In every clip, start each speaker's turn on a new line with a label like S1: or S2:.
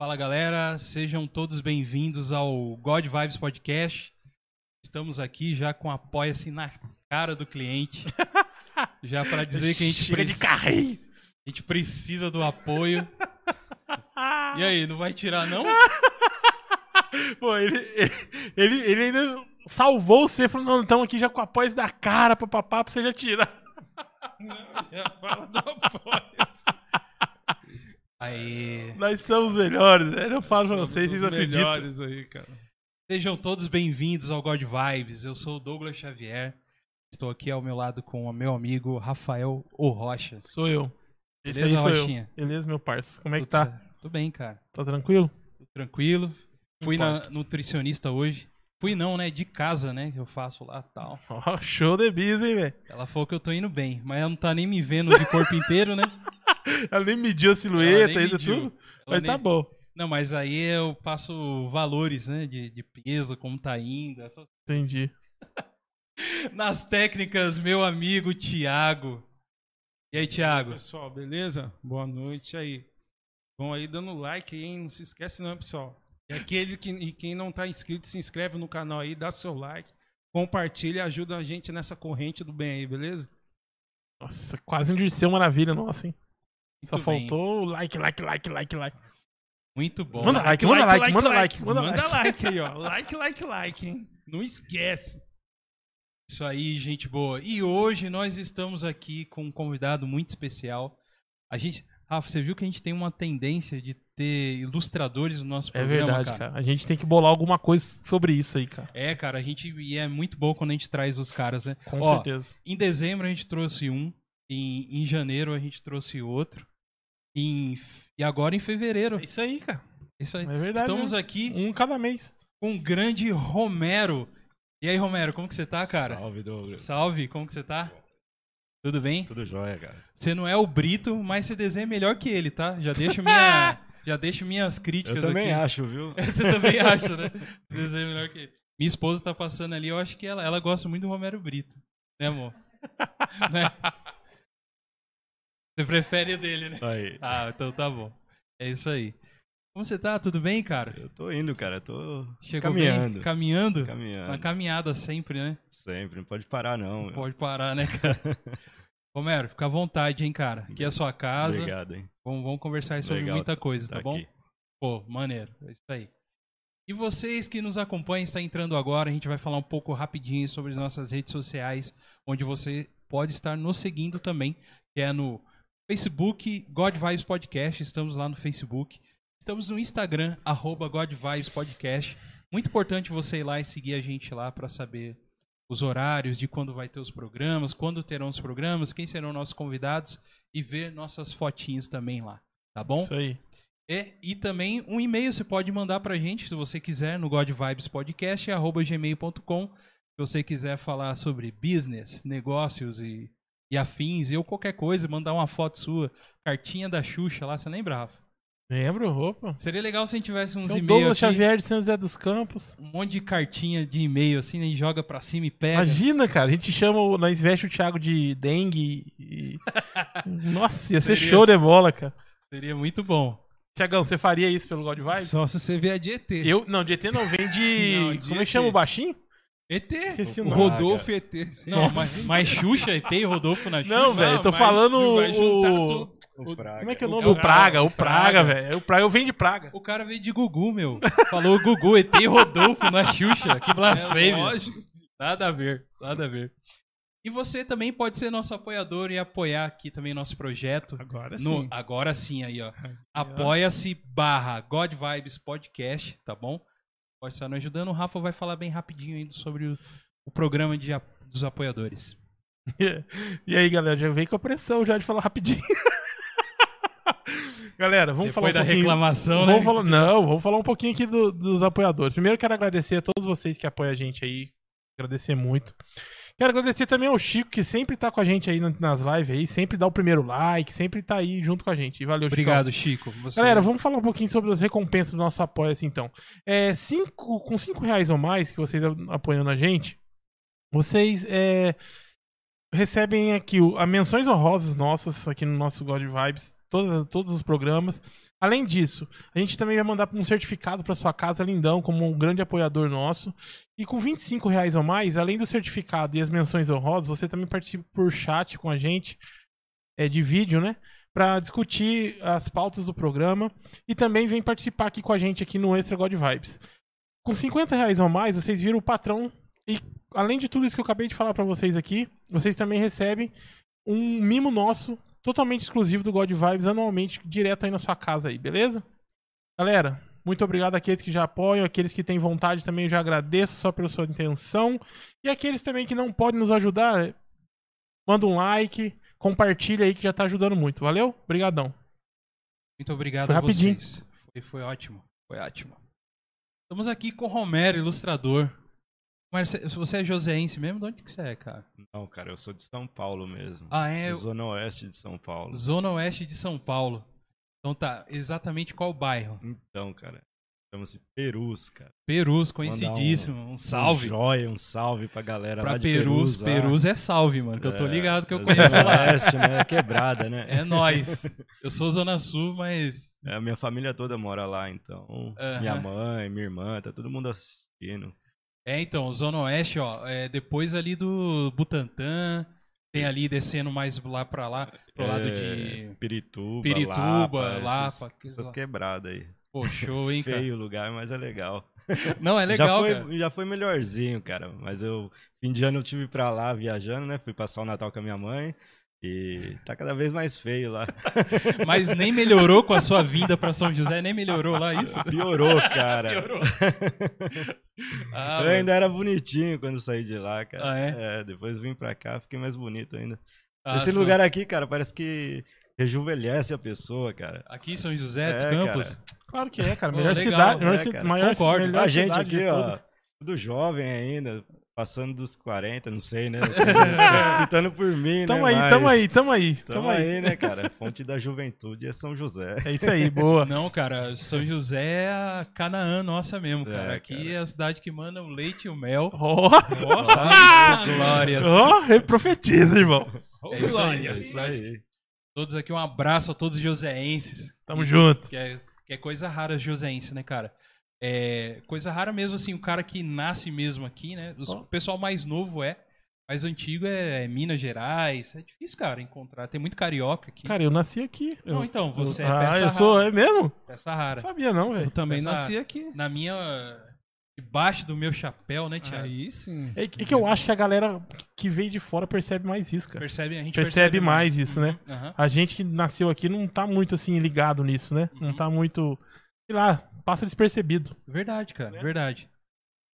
S1: Fala galera, sejam todos bem-vindos ao God Vibes Podcast. Estamos aqui já com apoia-se na cara do cliente. Já para dizer que a gente
S2: Chega de
S1: preci-
S2: carrinho.
S1: A gente precisa do apoio. E aí, não vai tirar não?
S2: Pô, ele, ele, ele, ele ainda salvou você falando, não, então aqui já com a pós da cara, papapá, pra você já tirar.
S3: Já fala do apoio.
S1: Aí.
S2: Nós somos os melhores, velho. Eu falo pra
S3: Somos
S2: vocês,
S3: os
S2: vocês acreditam.
S3: melhores aí, cara.
S1: Sejam todos bem-vindos ao God Vibes. Eu sou o Douglas Xavier. Estou aqui ao meu lado com o meu amigo Rafael O Rocha.
S2: Sou eu. Esse
S1: Beleza,
S2: aí sou
S1: Rochinha?
S2: eu. Beleza, meu parça? Como é que tá?
S1: Tudo bem, cara.
S2: Tá tranquilo?
S1: Tudo tranquilo. Fui
S2: importa.
S1: na nutricionista hoje. Fui não, né? De casa, né? Que eu faço lá tal.
S2: Ó, show de bis, hein, velho.
S1: Ela falou que eu tô indo bem, mas ela não tá nem me vendo de corpo inteiro, né?
S2: Ela nem mediu a
S1: Ela
S2: silhueta,
S1: nem
S2: ainda
S1: mediu.
S2: tudo.
S1: Ela
S2: Mas tá
S1: nem-
S2: bom.
S1: Não, mas aí eu passo valores, né? De, de peso, como tá indo. essas-
S2: Entendi.
S1: Nas técnicas, meu amigo Tiago. E aí, Tiago?
S3: Pessoal, beleza? Boa noite aí. Vão aí dando like, aí, hein? Não se esquece não, pessoal. E aquele que e quem não tá inscrito, se inscreve no canal aí, dá seu like, compartilha, ajuda a gente nessa corrente do bem aí, beleza?
S2: Nossa, quase um Dirceu Maravilha, nossa, hein? Só
S1: Muito bem.
S2: faltou o like, like, like, like, like.
S1: Muito bom.
S2: Manda like, manda like, manda like, manda
S3: Manda
S2: like.
S3: like aí, ó. Like, like, like, hein? Não esquece.
S1: Isso aí, gente boa. E hoje nós estamos aqui com um convidado muito especial. A gente. Rafa, você viu que a gente tem uma tendência de ter ilustradores no nosso
S2: É
S1: programa,
S2: verdade, cara. A gente tem que bolar alguma coisa sobre isso aí, cara.
S1: É, cara, a gente. E é muito bom quando a gente traz os caras, né?
S2: Com
S1: Ó,
S2: certeza.
S1: Em dezembro a gente trouxe um, em, em janeiro a gente trouxe outro, em, f- e agora em fevereiro.
S2: É isso aí, cara.
S1: Isso aí.
S2: É verdade.
S1: Estamos
S2: né?
S1: aqui
S2: Um cada mês.
S1: com o grande Romero. E aí, Romero, como que você
S4: Ah,
S1: tá, cara?
S4: Salve, Douglas.
S1: Salve, como que você tá? Tudo bem?
S4: Tudo jóia, cara.
S1: Você não é o Brito, mas você desenha melhor que ele, tá? Já deixo minha, já deixo minhas
S4: Eu
S1: críticas
S4: também
S1: aqui.
S4: acho, viu?
S1: você também acha, né? Você Desenha melhor que ele. Minha esposa tá passando ali, eu acho que ela, ela gosta muito do Romero Brito, né, amor? Né? Você prefere o dele, né?
S4: Aí.
S1: Ah, então tá bom. É isso aí. Como você tá? Tudo bem, cara?
S4: Eu tô indo, cara. Tô
S1: Chegou
S4: caminhando.
S1: bem? Caminhando?
S4: Caminhando.
S1: Na caminhada sempre, né?
S4: Sempre. Não pode parar, não. meu.
S1: Pode parar, né, cara? Romero, fica à vontade, hein, cara? Aqui é a sua casa.
S4: Obrigado, hein?
S1: Vamos, vamos conversar aí sobre
S4: Legal
S1: muita coisa, tá,
S4: Tá
S1: bom?
S4: aqui.
S1: Pô, maneiro. É isso aí. E vocês que nos acompanham, está entrando agora, a gente vai falar um pouco rapidinho sobre as nossas redes sociais, onde você pode estar nos seguindo também, que é no Facebook God Vibes Podcast, estamos lá no Facebook. Estamos no Instagram, arroba God Vibes Podcast. Muito importante você ir lá e seguir a gente lá para saber os horários de quando vai ter os programas, quando terão os programas, quem serão nossos convidados e ver nossas fotinhas também lá, tá bom?
S2: Isso aí.
S1: É, e também um e-mail você pode mandar pra gente, se você quiser, no godvibespodcast.gmail.com. Se você quiser falar sobre business, negócios e, e afins, ou qualquer coisa, mandar uma foto sua, cartinha da Xuxa lá, você lembra, Rafa?
S2: Lembro, roupa.
S1: Seria legal se a gente tivesse uns
S2: Então,
S1: e-mails
S2: Douglas
S1: aqui,
S2: Xavier de São José dos Campos.
S1: um monte de cartinha de e-mail assim, né, e joga pra cima e
S2: É,
S1: pega.
S2: Imagina, cara. A gente chama, o- nós veste o Thiago de dengue e... Nossa, ia ser
S1: Seria.
S2: show de bola, cara.
S1: Seria muito bom.
S2: Tiagão, você faria isso pelo God Vibes?
S3: Só se você vier a de ET.
S2: Eu, não, de ET não, vem de...
S3: Não, de
S2: Como é
S3: ET.
S2: que chama o baixinho?
S3: ET?
S2: Esqueci o
S3: O
S2: nome.
S3: Rodolfo ET.
S1: Não, mas, mas Xuxa e tem Rodolfo na Xuxa.
S2: Não, velho, eu tô falando
S3: vai juntar
S2: o-
S3: tudo.
S4: O Praga.
S2: Como é que é o
S3: o
S2: nome?
S3: Praga,
S2: O Praga, o
S1: Praga.
S2: Praga, velho. O Praga, eu venho de Praga.
S1: O cara veio de Gugu, meu. Falou Gugu, ET Rodolfo na Xuxa. Que
S3: É,
S1: blasfêmia.
S3: lógico.
S1: Nada a ver, nada a ver. E você também pode ser nosso apoiador e apoiar aqui também nosso projeto.
S3: Agora
S1: No-
S3: sim.
S1: agora sim aí, ó. Apoia-se barra God Vibes Podcast, tá bom? Pode estar nos ajudando. O Rafa vai falar bem rapidinho aí sobre o, o programa de, a- dos apoiadores.
S2: E aí, galera, já veio com a pressão já de falar rapidinho. galera, vamos falar um
S1: Depois da
S2: pouquinho.
S1: reclamação,
S2: vamos
S1: né?
S2: falar, não, vamos falar um pouquinho aqui do- dos apoiadores. Primeiro, quero agradecer a todos vocês que apoiam a gente aí. Agradecer muito. Quero agradecer também ao Chico, que sempre tá com a gente aí na- nas lives aí, sempre dá o primeiro like, sempre tá aí junto com a gente. E Valeu, Chico.
S1: Obrigado, Chico. Você- né?
S2: Galera, vamos falar um pouquinho sobre as recompensas do nosso apoio, assim, então. É, cinco, com 5 reais ou mais que vocês a- apoiando a gente, vocês é, recebem aqui o, a menções honrosas nossas aqui no nosso God Vibes todas, todos os programas. Além disso, a gente também vai mandar um certificado para sua casa, lindão, como um grande apoiador nosso. E com 25 reais ou mais, além do certificado e as menções honrosas, você também participa por chat com a gente, é, de vídeo, né? Para discutir as pautas do programa. E também vem participar aqui com a gente aqui no Extra God Vibes. Com 50 reais ou mais, vocês viram o patrão. E além de tudo isso que eu acabei de falar para vocês aqui, vocês também recebem um mimo nosso, totalmente exclusivo do God Vibes, anualmente, direto aí na sua casa aí, beleza? Galera, muito obrigado àqueles que já apoiam, aqueles que têm vontade também, eu já agradeço só pela sua intenção. E aqueles também que não podem nos ajudar, manda um like, compartilha aí que já tá ajudando muito, valeu? Obrigadão.
S1: Muito obrigado
S2: Foi
S1: a
S2: rapidinho.
S1: vocês. Foi, foi ótimo. Foi ótimo. Estamos aqui com o Romero, ilustrador. Marce... Você é joseense mesmo? De onde que você é, cara?
S4: Não, cara, eu sou de São Paulo mesmo.
S1: Ah, é
S4: Zona Oeste de São Paulo.
S1: Zona Oeste de São Paulo. Então tá, exatamente qual bairro?
S4: Então, cara, chama-se Perus, cara.
S1: Perus, conhecidíssimo. Um, salve
S4: Um joia, um salve pra galera lá
S1: pra
S4: de
S1: Perus.
S4: Perus. lá.
S1: Perus é salve, mano, que eu tô
S4: É,
S1: ligado que eu
S4: da
S1: conheço
S4: Zona
S1: lá.
S4: Oeste, né? Quebrada, né?
S1: É nóis. Eu sou Zona Sul, mas
S4: É, a minha família toda mora lá, então. Minha
S1: Aham.
S4: mãe, minha irmã, tá todo mundo assistindo.
S1: É, então, Zona Oeste, ó, é depois ali do Butantã, tem ali descendo mais lá pra lá, pro lado
S4: É,
S1: de
S4: Pirituba,
S1: Pirituba,
S4: Lapa,
S1: Lapa,
S4: essas,
S1: que-
S4: essas quebradas aí.
S1: Pô, show, hein, cara?
S4: Feio o lugar, mas é legal.
S1: Não, é legal,
S4: já foi,
S1: cara.
S4: já foi melhorzinho, cara. Mas eu, fim de ano, eu tive pra lá viajando, né? Fui passar o Natal com a minha mãe. E tá cada vez mais feio lá.
S1: Mas nem melhorou com a sua vinda pra São José, nem melhorou lá isso?
S4: Piorou, cara.
S1: Piorou. Ah,
S4: Eu ainda era bonitinho quando saí de lá, cara.
S1: Ah,
S4: é? depois vim pra cá, fiquei mais bonito ainda.
S1: ah,
S4: Esse
S1: São-
S4: lugar aqui, cara, parece que rejuvenesce a pessoa, cara.
S1: Aqui em São José
S4: É,
S1: dos
S4: cara.
S1: Campos?
S2: Claro que é, cara.
S1: Pô,
S2: Melhor
S1: legal,
S2: cidade,
S4: né,
S2: maior, ci-
S4: cara?
S2: maior,
S1: Concordo.
S2: melhor
S4: A gente
S2: cidade de
S4: aqui, ó,
S2: todas.
S4: tudo jovem ainda, passando dos 40, não sei, né? Tô Chutando por mim,
S2: Tamo
S4: né?
S2: aí,
S4: Mas-
S2: tamo aí, tamo aí,
S4: Tamo, aí, né, cara? Fonte da juventude é São José.
S2: É isso aí, boa.
S1: Não, cara, São José é a Canaã nossa mesmo,
S4: É,
S1: cara. Aqui
S4: cara.
S1: é a cidade que manda o leite e o mel.
S2: Ó,
S1: Sabe? Glórias.
S2: ó, é profetiza, irmão.
S1: É isso aí,
S4: É
S1: é
S4: isso
S1: isso
S4: aí.
S1: Todos aqui, um abraço a todos os joseenses.
S2: Tamo junto.
S1: Que é, que é coisa rara joseense, né, cara? É coisa rara mesmo, assim, o cara que nasce mesmo aqui, né? Os-
S2: Ó.
S1: O pessoal mais novo é, mais antigo é, Minas Gerais. É difícil, cara, encontrar. Tem muito carioca aqui.
S2: Cara, eu nasci aqui. Eu-
S1: Não, então, você
S2: eu,
S1: é
S2: Ah,
S1: peça
S2: eu
S1: rara.
S2: sou, é mesmo?
S1: Peça
S2: Não
S1: rara.
S2: sabia não,
S3: Eu
S2: velho.
S3: também
S1: Essa-
S3: nasci aqui.
S1: Na minha... Debaixo do meu chapéu, né, Thiago?
S3: Aí sim.
S2: É que é que eu acho que a galera que veio de fora percebe mais isso, cara.
S1: Percebe? A gente
S2: Percebe mais isso, né?
S1: Aham.
S2: A gente que nasceu aqui não tá muito assim ligado nisso, né? Não
S1: Uhum.
S2: tá muito, sei lá, passa despercebido.
S1: Verdade, cara,
S2: Né?
S1: verdade.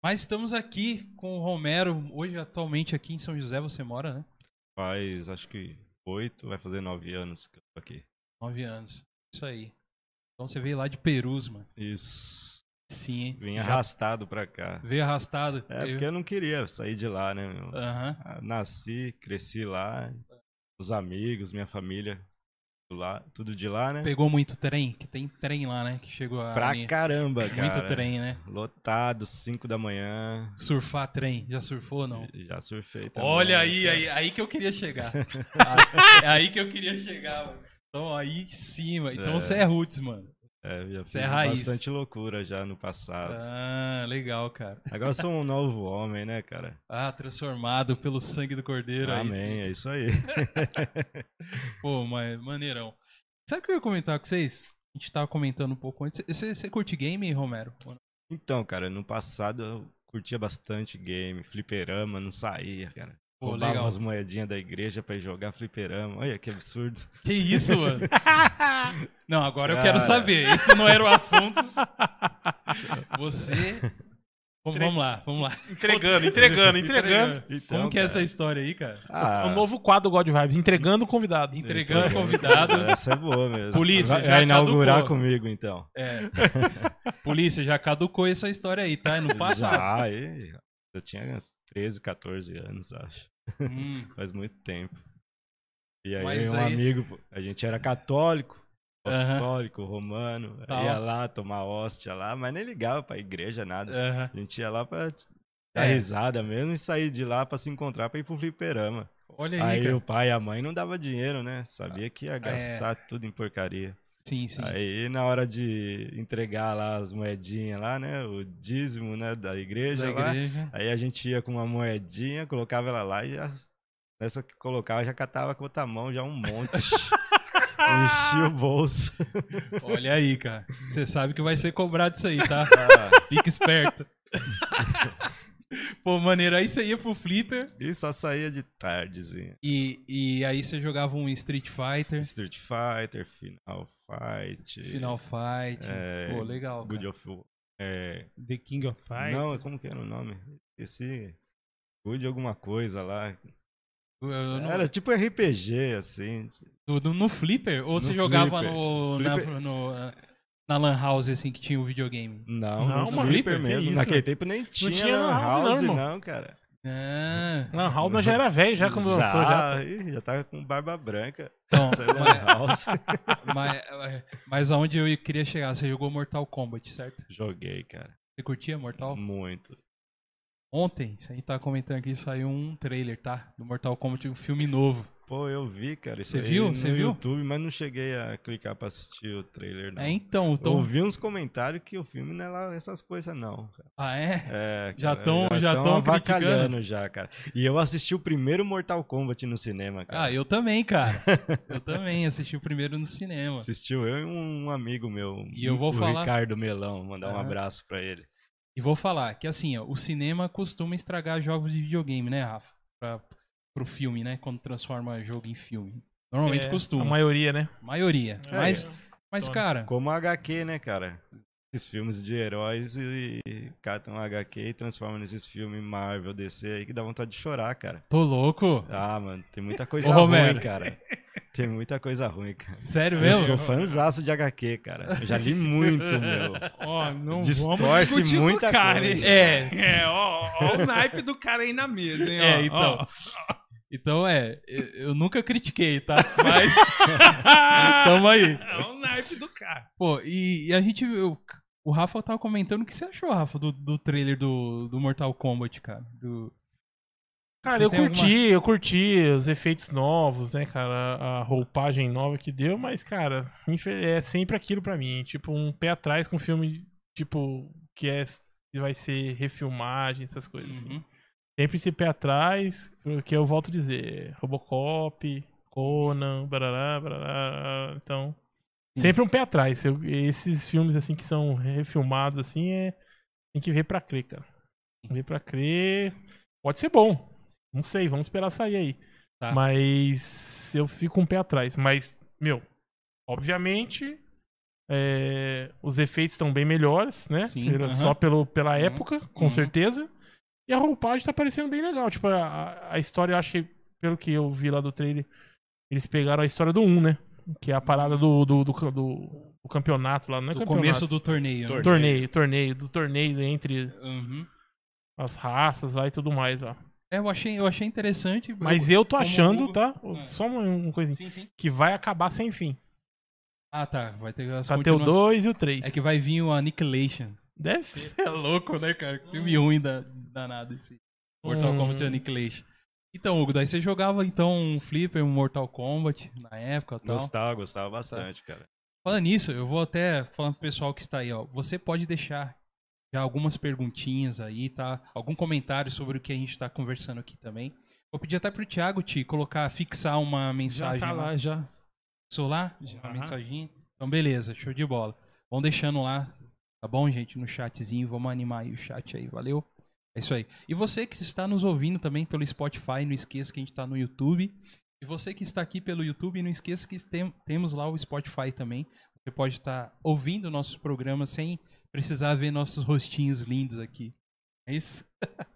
S1: Mas estamos aqui com o Romero. Hoje, atualmente, aqui em São José, você mora, né?
S4: Faz, acho que oito, vai fazer nove anos que eu tô aqui.
S1: Nove anos. Isso aí. Então você veio lá de Perus, mano.
S4: Isso.
S1: Sim, hein?
S4: Vim
S1: Já
S4: arrastado pra cá.
S1: Veio arrastado.
S4: É, porque eu não queria sair de lá, né, meu?
S1: Aham.
S4: Ah, Nasci, cresci lá, os amigos, minha família, tudo lá, tudo de lá, né?
S1: Pegou muito trem, que tem trem lá, né? Que chegou a.
S4: Pra
S1: linha.
S4: caramba, cara.
S1: Muito trem, né?
S4: Lotado, 5 da manhã.
S1: Surfar trem. Já surfou ou não?
S4: Já surfei também,
S1: Olha
S4: né,
S1: aí,
S4: cara?
S1: aí, aí que eu queria chegar. é aí que eu queria chegar, mano. Então, aí em cima. Então
S4: É.
S1: você é roots, mano.
S4: É, já
S1: Isso é
S4: fiz
S1: raiz.
S4: bastante loucura já no passado.
S1: Ah, legal, cara.
S4: Agora eu sou um novo homem, né, cara?
S1: Ah, transformado pelo sangue do Cordeiro. aí
S4: Amém, é isso aí.
S1: sim. Pô, mas maneirão. Sabe o que eu ia comentar com vocês? A gente tava comentando um pouco antes. Você você curte game, Romero?
S4: Então, cara, no passado eu curtia bastante game, fliperama, não saía, cara.
S1: Pô,
S4: Roubava
S1: legal.
S4: umas moedinhas da igreja pra ir jogar fliperama. Olha que absurdo.
S1: Que isso, mano? não, agora eu quero
S4: Cara.
S1: saber. Esse não era o assunto. Você. Bom, vamos lá, vamos lá.
S2: Entregando, entregando, entregando.
S4: Então,
S1: Como que é
S4: cara,
S1: essa história aí, Tá cara?
S4: Ah,
S2: É um novo quadro God Vibes, entregando o convidado.
S4: Então,
S1: Entregando o convidado.
S4: Essa é boa mesmo.
S1: Polícia,
S4: vai,
S1: já tá
S4: vai inaugurar
S1: caducou.
S4: comigo, então.
S1: É. Polícia, já caducou essa história aí, tá? No passado.
S4: Já, aí, eu tinha 13, 14 anos, acho.
S1: Hum,
S4: Faz muito tempo. E aí,
S1: Mas
S4: um
S1: aí-
S4: amigo, pô, a gente era católico,
S1: Aham.
S4: apostólico, romano. aí
S1: Tá.
S4: Ia lá tomar hóstia lá, mas nem ligava pra igreja, nada.
S1: aham. É.
S4: A gente ia lá pra dar risada mesmo e sair de lá pra se encontrar pra ir pro fliperama.
S1: Olha aí,
S4: Aí
S1: cara.
S4: o pai e a mãe não dava dinheiro, né? Sabia que ia gastar tudo em porcaria.
S1: Sim, É. sim.
S4: Aí na hora de entregar lá as moedinhas lá, né? O dízimo, né? Da igreja,
S1: Da
S4: lá,
S1: igreja.
S4: Aí a gente ia com uma moedinha, colocava ela lá e já. Nessa que colocava, já catava com outra mão, já um monte. Enchia o bolso.
S1: Olha aí, cara. Você sabe que vai ser cobrado isso aí, tá? Fica esperto. Pô, maneiro. Aí você ia pro Flipper
S4: E só saía de tardezinha.
S1: e, e aí você jogava um Street Fighter,
S4: Street Fighter, Final Fight.
S1: Final Fight.
S4: é,
S1: Pô, legal.
S4: Good
S1: cara.
S4: of War. É,
S3: The King of Fire.
S4: não, como que era o nome? Esse. Good alguma coisa lá.
S1: Eu não-
S4: Era tipo RPG, assim.
S1: do- do- no Flipper? Ou
S4: No
S1: você jogava
S4: Flipper.
S1: no, Na,
S4: Flipper-
S1: no- na Lan House, assim, que tinha o videogame?
S4: Não,
S2: Não,
S4: no
S2: mano,
S4: Flipper
S2: que
S4: mesmo.
S2: isso?
S4: Naquele tempo nem tinha,
S2: tinha
S4: lan
S2: lan house não,
S4: house,
S2: irmão.
S4: não, cara.
S1: Ah,
S2: Não, Raul nós já era velho, já quando lançou, já.
S4: Já, ih, já tava com barba branca.
S1: então,
S4: Saiu lan
S1: mas-
S4: house.
S1: mas, mas aonde eu queria chegar? Você jogou Mortal Kombat, certo?
S4: Joguei, cara.
S1: Você curtia Mortal?
S4: Hum. Muito.
S1: Ontem, a gente tá comentando aqui, saiu um trailer, tá? Do Mortal Kombat, um filme novo.
S4: Pô, eu vi, cara. isso
S1: Você
S4: aí
S1: viu?
S4: No
S1: Você viu?
S4: YouTube, mas não cheguei a clicar pra assistir o trailer, não.
S1: É, então,
S4: Eu
S1: então...
S4: ouvi uns comentários que o filme não é lá essas coisas, não. cara.
S1: Ah, é?
S4: É,
S1: Já
S4: cara,
S1: tão- já
S4: tão
S1: tão
S4: avacalhando já, cara. E eu assisti o primeiro Mortal Kombat no cinema, cara.
S1: Ah, eu também, cara. Eu também assisti o primeiro no cinema.
S4: Assistiu eu e um amigo meu,
S1: E eu vou
S4: o
S1: falar-
S4: Ricardo Melão, mandar um
S1: Ah.
S4: abraço pra ele.
S1: E vou falar que, assim, ó, o cinema costuma estragar jogos de videogame, né, Rafa? Pra, pro filme, né? Quando transforma jogo em filme. Normalmente
S2: É,
S1: costuma.
S2: A maioria, né?
S1: Maioria.
S4: É,
S1: mas, mas,
S2: Toma.
S1: cara,
S4: Como a HQ, né, cara? Esses filmes de heróis e e catam a HQ e transformam nesses filmes Marvel, DC aí que dá vontade de chorar, cara.
S1: tô louco.
S4: Ah, mano, tem muita coisa
S1: Ô, Romero.
S4: ruim, cara. Tem muita coisa ruim, cara.
S1: Sério
S4: Eu sou
S1: mesmo?
S4: fãzaço de HQ, cara. Eu já li muito, meu.
S3: Ó, não vamos
S4: Distorce
S3: discutir com
S4: muita
S3: o cara, hein?
S4: coisa.
S1: É,
S3: É, ó, ó o naipe do cara aí na mesa, hein? ó,
S1: É, então.
S3: ó.
S1: Então é, eu eu nunca critiquei, tá? Mas. Tamo aí.
S3: É o naipe do cara.
S1: Pô, e, e a gente. eu- o Rafa tava comentando o que você achou, Rafa, do, do trailer do, do Mortal Kombat, cara. Do,
S2: Cara,
S1: Você
S2: eu
S1: tem alguma-
S2: curti, eu curti os efeitos novos, né, cara? A a roupagem nova que deu, mas, cara, infe- é sempre aquilo pra mim. Tipo, um pé atrás com filme, tipo, que é que vai ser refilmagem, essas coisas. assim. Sempre esse pé atrás, que eu volto a dizer, Robocop, Conan, barará, barará, então...
S1: Sim.
S2: Sempre um pé atrás. Eu- esses filmes, assim, que são refilmados, assim, é... Tem que ver pra crer, cara. Tem que ver pra crer... Pode ser bom. Não sei, vamos esperar sair aí.
S1: Tá.
S2: Mas eu fico um pé atrás. Mas, meu, obviamente... é, os efeitos estão bem melhores, né?
S1: Sim,
S2: Pelo-
S1: aham.
S2: Só pelo, pela
S1: Uhum.
S2: época, com
S1: Uhum.
S2: certeza. E a roupagem tá parecendo bem legal. Tipo, a- a, a história, eu acho que, pelo que eu vi lá do trailer, eles pegaram a história do 1, né? Que é a parada do, do, do, do- do campeonato lá, não é
S1: do
S2: campeonato.
S1: começo do torneio. né?
S4: Tor-
S2: torneio, torneio, do torneio entre
S1: Uhum.
S2: as raças lá e tudo mais lá.
S1: É, eu achei, eu achei interessante.
S2: Mas eu tô
S1: como
S2: achando,
S1: o-
S2: tá?
S1: É.
S2: Só uma, uma coisinha.
S1: Sim, sim.
S2: Que vai acabar sem fim.
S1: Ah, tá. Vai ter as
S2: Vai ter o
S1: continuações.
S2: 2 e o 3.
S1: É que vai vir o Annihilation.
S2: Deve ser.
S1: É louco, né, cara? Que Filme ruim da, danado esse. Mortal
S2: Hum.
S1: Kombat Annihilation. Então, Hugo, daí você jogava então um Flipper, um Mortal Kombat na época e tal. Tá.
S4: Gostava, gostava bastante, cara.
S1: Falando nisso, eu vou até falar pro pessoal que está aí, ó. Você pode deixar já algumas perguntinhas aí, tá? Algum comentário sobre o que a gente tá conversando aqui também. Vou pedir até pro Thiago te colocar, fixar uma
S3: Já
S1: mensagem
S3: tá
S1: lá.
S3: lá, já.
S1: Solar?
S3: Já.
S1: Uma mensaginha. Então, beleza, show de bola. Vão deixando lá, tá bom, gente? No chatzinho, vamos animar aí o chat aí, valeu? É isso aí. E você que está nos ouvindo também pelo Spotify, não esqueça que a gente está no YouTube. E você que está aqui pelo YouTube, não esqueça que tem- temos lá o Spotify também. Você pode estar ouvindo nossos programas sem precisar ver nossos rostinhos lindos aqui. É isso?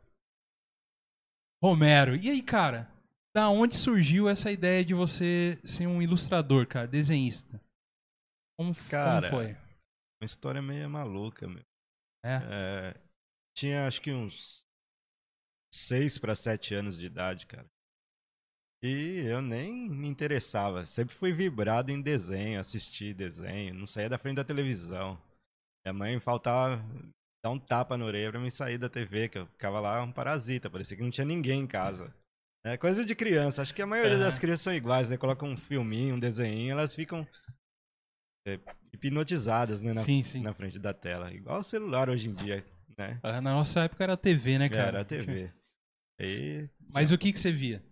S1: Romero, e aí, cara? Da onde surgiu essa ideia de você ser um ilustrador, cara, desenhista? Como, f- como
S4: Cara,
S1: foi?
S4: Uma história meio maluca, meu.
S1: É?
S4: É, tinha acho que uns 6 para 7 anos de idade, cara. E eu nem me interessava. Sempre fui vibrado em desenho, assistir desenho. Não saía da frente da televisão. Minha mãe faltava dar um tapa na orelha pra mim sair da TV, que eu ficava lá um parasita. Parecia que não tinha ninguém em casa. É coisa de criança. Acho que a maioria
S1: É.
S4: das crianças são iguais, né? Colocam um filminho, um desenho, elas ficam é, hipnotizadas, né? Na,
S1: sim, sim.
S4: na frente da tela. Igual o celular hoje em dia, né?
S1: Ah, Na nossa época era TV,
S2: É,
S1: né, cara?
S4: Era a TV. E o
S1: Mas o que, que você via?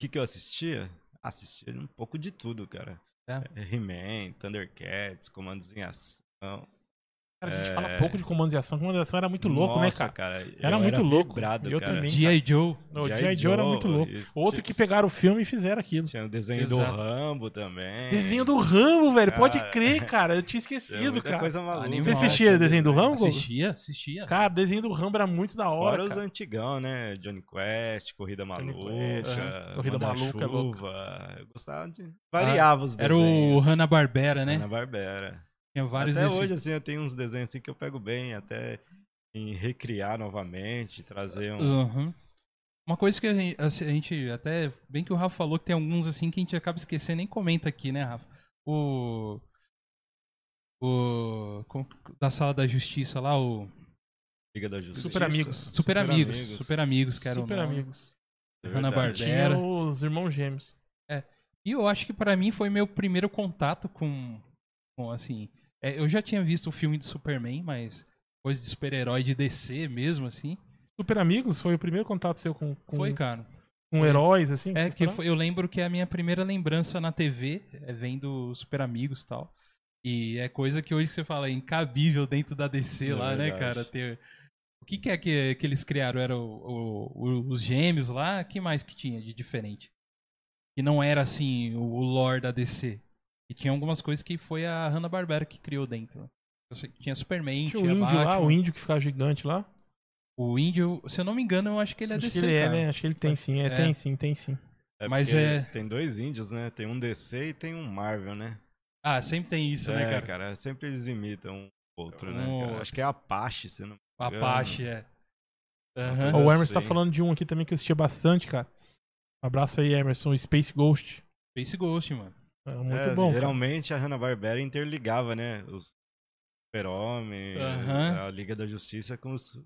S4: que, que eu assistia? Assistia um pouco de tudo, cara.
S1: É?
S4: He-Man, Thundercats, Comandos em Ação.
S2: Cara,
S1: É.
S2: a gente fala pouco de comandos de ação. Comandos de ação era muito louco, né,
S4: Nossa,
S2: cara?
S4: eu
S2: Era muito louco.
S4: vibrado,
S2: Eu
S4: cara.
S2: também.
S1: G.I. Joe.
S2: O G.I. Joe era muito louco.
S4: isso.
S2: Outro que pegaram o filme e fizeram aquilo.
S4: Tinha o desenho
S1: Exato.
S4: do Rambo também.
S2: Desenho do Rambo, velho. Pode
S4: Cara.
S2: crer, cara. Eu tinha
S4: Tinha
S2: esquecido,
S4: muita
S2: cara. é
S4: Coisa maluca,
S1: Animal. né?
S2: Você assistia o desenho do Rambo?
S1: Assistia, assistia.
S2: Cara, o desenho do Rambo era muito da hora.
S4: Fora os
S2: cara.
S4: antigão, né? Johnny Quest, Corrida
S2: Johnny Quest,
S4: Maluca,
S2: aham. Corrida Maluca é louca.
S4: Chuva. Eu gostava de. Variava os
S1: Era o
S4: desenhos.
S1: Hanna-Barbera, né?
S4: Barbera.
S1: Tinha vários
S4: até
S1: desse-
S4: hoje, assim, eu tenho uns desenhos assim que eu pego bem, até em recriar novamente, trazer um.
S1: Aham. Uma coisa que a gente, assim, a gente- até bem que o Rafa falou que tem alguns assim que a gente acaba esquecendo nem comenta aqui, né, Rafa? O o como- da sala da justiça lá, o
S4: Liga da Justiça.
S2: Super Amigos.
S1: Super, Amigos, Super Amigos, que era o
S2: Super
S4: né?
S1: nome.
S2: amigos.
S4: É Verdade.
S1: Hanna-Barbera.
S2: Tinha os irmãos gêmeos.
S1: E eu acho que pra mim foi meu primeiro contato com, com assim, é, eu já tinha visto o filme do Superman, mas coisa de super-herói de DC mesmo assim.
S2: Super amigos foi o primeiro contato seu com, com,
S1: Foi, cara.
S2: com
S1: foi.
S2: heróis, assim?
S1: É,
S2: você
S1: que
S2: falava?
S1: foi- eu lembro que a minha primeira lembrança na TV é vendo Super Amigos e tal. E é coisa que hoje você fala é incabível dentro da DC
S4: É
S1: lá, né,
S4: verdade.
S1: cara? Ter... O que, que é que, que eles criaram? Era o- o- o- os gêmeos lá? que mais que tinha de diferente? Que não era assim o, o lore da DC. E tinha algumas coisas que foi a Hanna-Barbera que criou dentro. Eu sei que Tinha Superman,
S2: Tinha
S1: tinha,
S2: o índio
S1: é Batman.
S2: lá, o índio que ficava gigante lá.
S1: O índio, se eu não me engano, eu acho que ele é
S2: Acho que
S1: DC,
S2: ele é,
S1: cara.
S2: né? Acho que ele tem sim. É,
S1: É.
S2: tem sim, tem sim.
S1: Mas
S4: porque
S1: é-
S4: Tem dois índios, né? Tem um DC e tem um Marvel, né?
S1: Ah, sempre tem isso, né,
S4: é,
S1: cara?
S4: Sempre eles imitam um outro, né?
S1: Um
S4: cara?
S1: outro.
S4: Acho que é Apache, se não.
S1: Apache, é.
S4: Mas
S2: Ó,
S1: Aham.
S4: Uma
S2: o
S4: eu
S2: Emerson tá
S4: sei.
S2: falando de um aqui também que eu assistia bastante, cara. Um abraço aí, Emerson. Space Ghost.
S1: Space Ghost, mano.
S2: É muito
S4: É,
S2: bom. cara.
S4: Geralmente a Hanna-Barbera interligava, né? Os Super-Homem,
S1: Aham.
S4: a Liga da Justiça com os,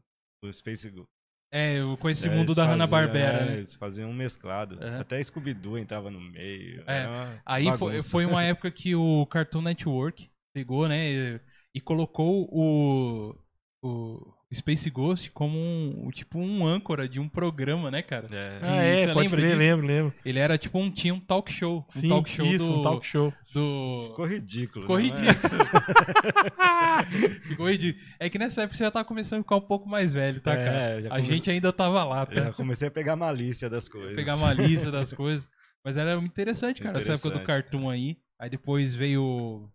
S4: o Space Go.
S1: É, eu conheci o
S4: É,
S1: mundo
S4: eles
S1: da
S4: faziam-
S1: Hanna-Barbera,
S4: é,
S1: né?
S4: Eles faziam um mesclado.
S1: É.
S4: Até Scooby-Doo entrava no meio.
S1: É,
S4: era uma
S1: Aí foi,
S4: bagunça.
S1: foi uma época que o Cartoon Network pegou, né? E, e colocou o, o Space Ghost como um, tipo um âncora de um programa, né, cara?
S4: É.
S1: de-
S2: Ah, é,
S1: você
S2: pode
S1: lembra
S2: crer,
S1: disso?
S2: lembro, lembro.
S1: Ele era tipo um. Tinha um talk show. Um
S2: Sim,
S1: talk show
S2: isso,
S1: do.
S2: um talk show.
S1: do-
S4: É. Ficou ridículo.
S1: Ficou
S4: né?
S1: ridículo. Ficou ridículo. É que nessa época você já tá começando a ficar um pouco mais velho, tá,
S4: É,
S1: cara?
S4: já
S1: A
S4: come-
S1: gente ainda tava lá, tá?
S4: Já comecei a pegar malícia das coisas.
S1: pegar uma lista das coisas. Mas era muito interessante, cara, essa época do
S4: Interessante,
S1: cartoon aí. Aí depois veio o.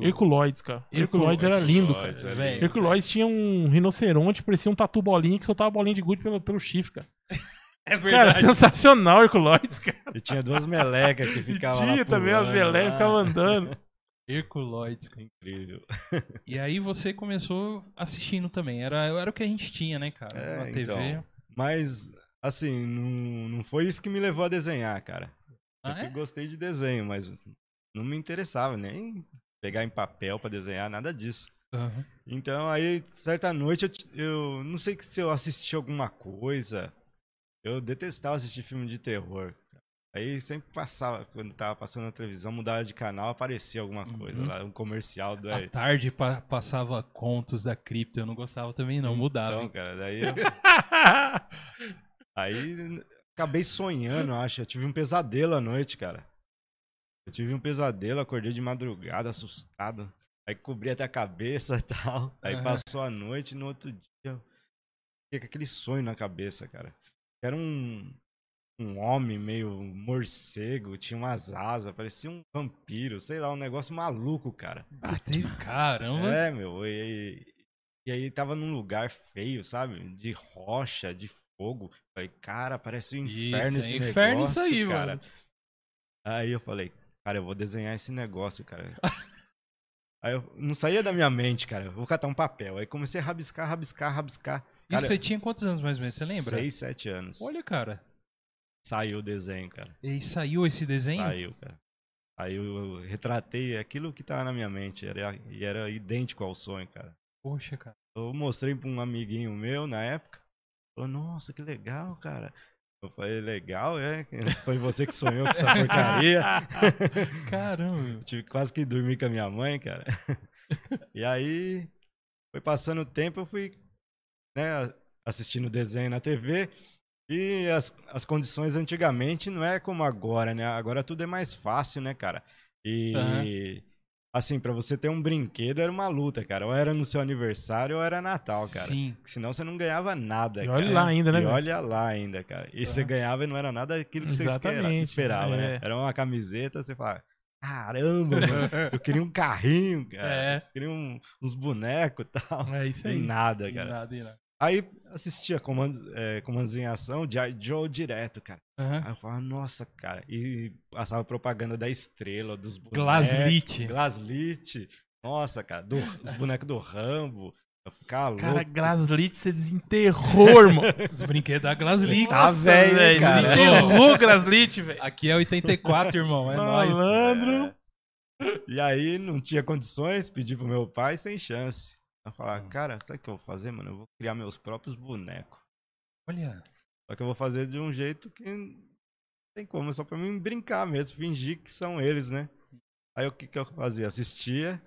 S1: o-
S2: Herculoides, cara. Herculoides era lindo, cara.
S4: Herculoides, é
S1: Velho.
S4: lindo.
S2: Herculoides tinha um rinoceronte, parecia um tatu bolinha que soltava bolinha de gude pelo, pelo chifre, cara.
S1: É
S2: Cara,
S1: verdade.
S2: sensacional Herculoides, cara.
S4: E tinha duas melecas que ficavam lá
S2: Tinha também as
S4: pulando né?
S2: veleias
S4: lá.
S2: ficavam andando.
S1: Herculoides.
S4: Incrível.
S1: E aí você começou assistindo também. Era, era o que a gente tinha, né, cara?
S4: É,
S1: Na TV.
S4: então. Mas, assim, não, não foi isso que me levou a desenhar, cara.
S1: Ah,
S4: Sempre
S1: é?
S4: gostei de desenho, mas não me interessava nem pegar em papel pra desenhar, nada disso.
S1: Aham.
S4: Então, aí, certa noite, eu, t- eu não sei que se eu assisti alguma coisa. Eu detestava assistir filme de terror. Aí sempre passava, quando tava passando na televisão, mudava de canal, aparecia alguma coisa
S1: Uhum. Ah,
S4: lá, um comercial do
S1: À tarde pa- passava contos da cripta. Eu não gostava também, não. Mudava.
S4: Então,
S1: hein?
S4: cara, daí. eu- Aí n- acabei sonhando, acho. Eu tive um pesadelo à noite, cara. Eu tive um pesadelo, acordei de madrugada, assustado. Aí cobri até a cabeça e tal. Aí
S1: Aham.
S4: passou a noite, no outro dia. Fiquei com aquele sonho na cabeça, cara. Era um. Um homem meio morcego, tinha umas asas, parecia um vampiro, sei lá, um negócio maluco, cara.
S1: Ah, teve- Caramba.
S4: É, meu, e, e aí tava num lugar feio, sabe? De rocha, de fogo. Falei, cara, parece o um
S1: Isso,
S4: inferno
S1: é
S4: esse
S1: inferno isso
S4: negócio,
S1: aí,
S4: cara.
S1: mano.
S4: Aí eu falei, cara, eu vou desenhar esse negócio, cara. aí eu não saía da minha mente, cara. Eu vou catar um papel. Aí comecei a rabiscar, rabiscar, rabiscar.
S1: Isso
S4: Cara,
S1: você tinha quantos anos mais ou menos? Você lembra?
S4: Seis, sete anos.
S1: Olha, cara.
S4: Saiu o desenho, cara.
S1: E saiu esse desenho?
S4: Saiu, cara. Aí eu retratei aquilo que tava na minha mente. Era, e era idêntico ao sonho, cara.
S1: Poxa, cara.
S4: Eu mostrei pra um amiguinho meu na época. Falou, nossa, que legal, cara. Eu falei, legal, é? Foi você que sonhou com essa porcaria.
S1: Caramba.
S4: Tive quase que dormir com a minha mãe, cara. E aí, foi passando o tempo, eu fui né, assistindo desenho na TV. E as, as condições antigamente não é como agora, né? Agora tudo é mais fácil, né, cara? E. Assim, pra você ter um brinquedo era uma luta, cara. Ou era no seu aniversário ou era Natal, cara.
S1: Sim.
S4: Porque senão você não ganhava nada,
S2: E
S4: cara.
S2: olha lá ainda, né?
S4: E
S2: velho?
S4: olha lá ainda, cara. E você
S2: É.
S4: ganhava e não era nada aquilo que você espera-
S2: Exatamente,
S4: esperava, né?
S2: é.
S4: Era uma camiseta, você fala, caramba, mano, eu queria um carrinho, cara.
S1: É.
S4: Eu queria um- uns bonecos e tal.
S2: É isso
S4: Sem
S2: aí.
S4: nada, cara.
S1: Irado, irado.
S4: Aí assistia comandos, é, comandos em ação, G.I. Joe direto, cara.
S1: Aham.
S2: Ah,
S4: Aí eu falava, nossa, cara. E passava propaganda da estrela, dos bonecos.
S2: é.
S1: Glaslit.
S4: Glaslit. Nossa, cara. do- os bonecos do Rambo. Eu ficava louco.
S2: Cara, Graslit, você desenterrou, irmão.
S1: Os brinquedos da Glaslit.
S4: Tá velho, cara.
S2: Desenterrou o Graslit, velho.
S1: Aqui é 84, irmão. É nóis.
S2: Malandro.
S4: É. E aí não tinha condições, pedi pro meu pai sem chance. Eu falava, cara, sabe o que eu vou fazer, mano? Eu vou criar meus próprios bonecos.
S1: Olha.
S4: Só que eu vou fazer de um jeito que não tem como, é só pra mim brincar mesmo, fingir que são eles, né? Aí o que, que eu fazia? Assistia,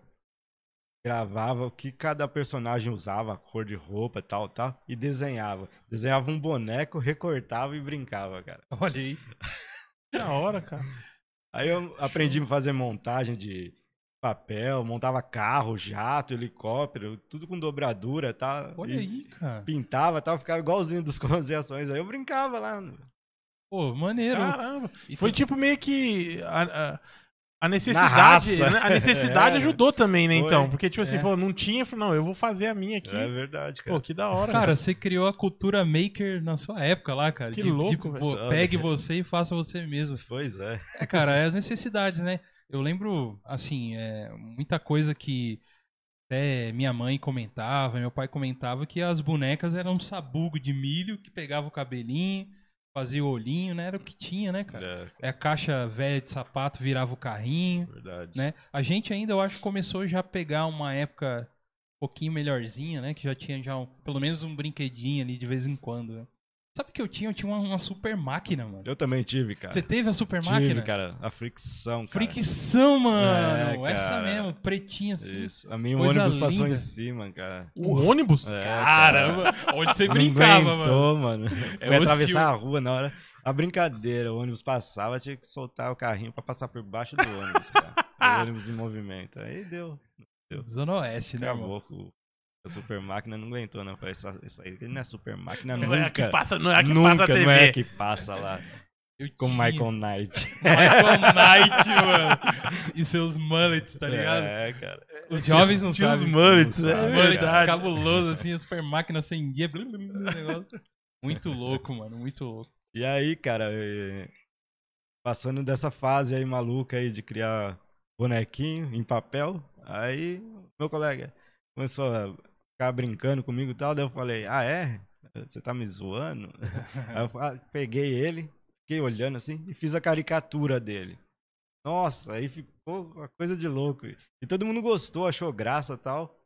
S4: gravava o que cada personagem usava, a cor de roupa e tal, tal, e desenhava. Desenhava um boneco, recortava e brincava, cara.
S1: Olha aí.
S4: É.
S2: Da hora, cara.
S4: Aí eu aprendi a fazer montagem de papel, montava carro, jato, helicóptero, tudo com dobradura, tá?
S1: Olha
S4: E
S1: aí, cara.
S4: Pintava, tal, ficava igualzinho dos conversações. Aí eu brincava lá.
S1: Pô, maneiro.
S2: Caramba.
S1: E
S2: Ah, Foi
S4: é
S1: tu-
S2: tipo meio que a, a- a necessidade,
S4: raça.
S2: né? a necessidade
S4: É.
S2: ajudou também, né,
S4: Foi.
S2: então? Porque tipo assim,
S1: É.
S2: pô, não tinha, eu falei, não, eu vou fazer a minha aqui.
S4: É verdade, cara.
S2: Pô, que da hora.
S1: Cara, você criou a cultura maker na sua época lá, cara.
S2: Que louco, velho.
S1: pô, Pegue você e faça você mesmo.
S4: Pois é.
S1: É, cara, é as necessidades, né? Eu lembro, assim, é, muita coisa que até minha mãe comentava, meu pai comentava que as bonecas eram um sabugo de milho que pegava o cabelinho, fazia o olhinho, né? Era o que tinha, né, cara?
S4: É,
S1: É a caixa velha de sapato virava o carrinho,
S4: verdade.
S1: né? A gente ainda, eu acho, começou já a pegar uma época um pouquinho melhorzinha, né? Que já tinha já um- pelo menos um brinquedinho ali de vez em quando. né? Sabe o que eu tinha? Eu tinha uma, uma super máquina, mano.
S4: Eu também tive, cara.
S1: Você teve a super
S4: tive,
S1: máquina?
S4: cara. A fricção, cara.
S1: Fricção, mano!
S4: É,
S1: Essa
S4: cara.
S1: mesmo, pretinha assim.
S4: Isso. A minha o
S1: Coisa
S4: ônibus passou
S1: linda.
S4: em cima, cara.
S2: O ônibus?
S4: É,
S1: Caramba! Onde você
S4: Não
S1: brincava, mano.
S4: aguentou, mano.
S1: É
S4: Foi
S1: hostil.
S4: atravessar a rua na hora. A brincadeira, o ônibus passava, tinha que soltar o carrinho pra passar por baixo do ônibus, cara. o ônibus em movimento. Aí deu.
S1: Zona Oeste, né, irmão?
S4: Acabou com a super máquina, não aguentou, não. Falei, "Essa- isso aí não é super máquina
S2: Não
S4: nunca.
S2: é a que passa, não é a que
S4: nunca,
S2: passa a TV.
S4: não é a que passa lá.
S1: Eu
S4: Com
S1: tinha.
S4: Michael Knight.
S1: Michael Knight, mano. E seus mullets, tá ligado?
S4: É, cara.
S1: Os jovens não
S2: Tinha os
S1: sabem.
S2: mullets,
S4: Os
S2: é
S1: Os mullets
S2: verdade.
S1: cabulosos, assim, a super máquina acendia. blu, blu, blu, negócio. Muito louco, mano. Muito louco.
S4: E aí, cara, eh, passando dessa fase aí maluca aí de criar bonequinho em papel, aí meu colega começou a ficar brincando comigo e tal, daí eu falei, ah é? Você tá me zoando? aí eu fa- peguei ele, fiquei olhando assim e fiz a caricatura dele. Nossa, aí ficou uma coisa de louco. E todo mundo gostou, achou graça e tal.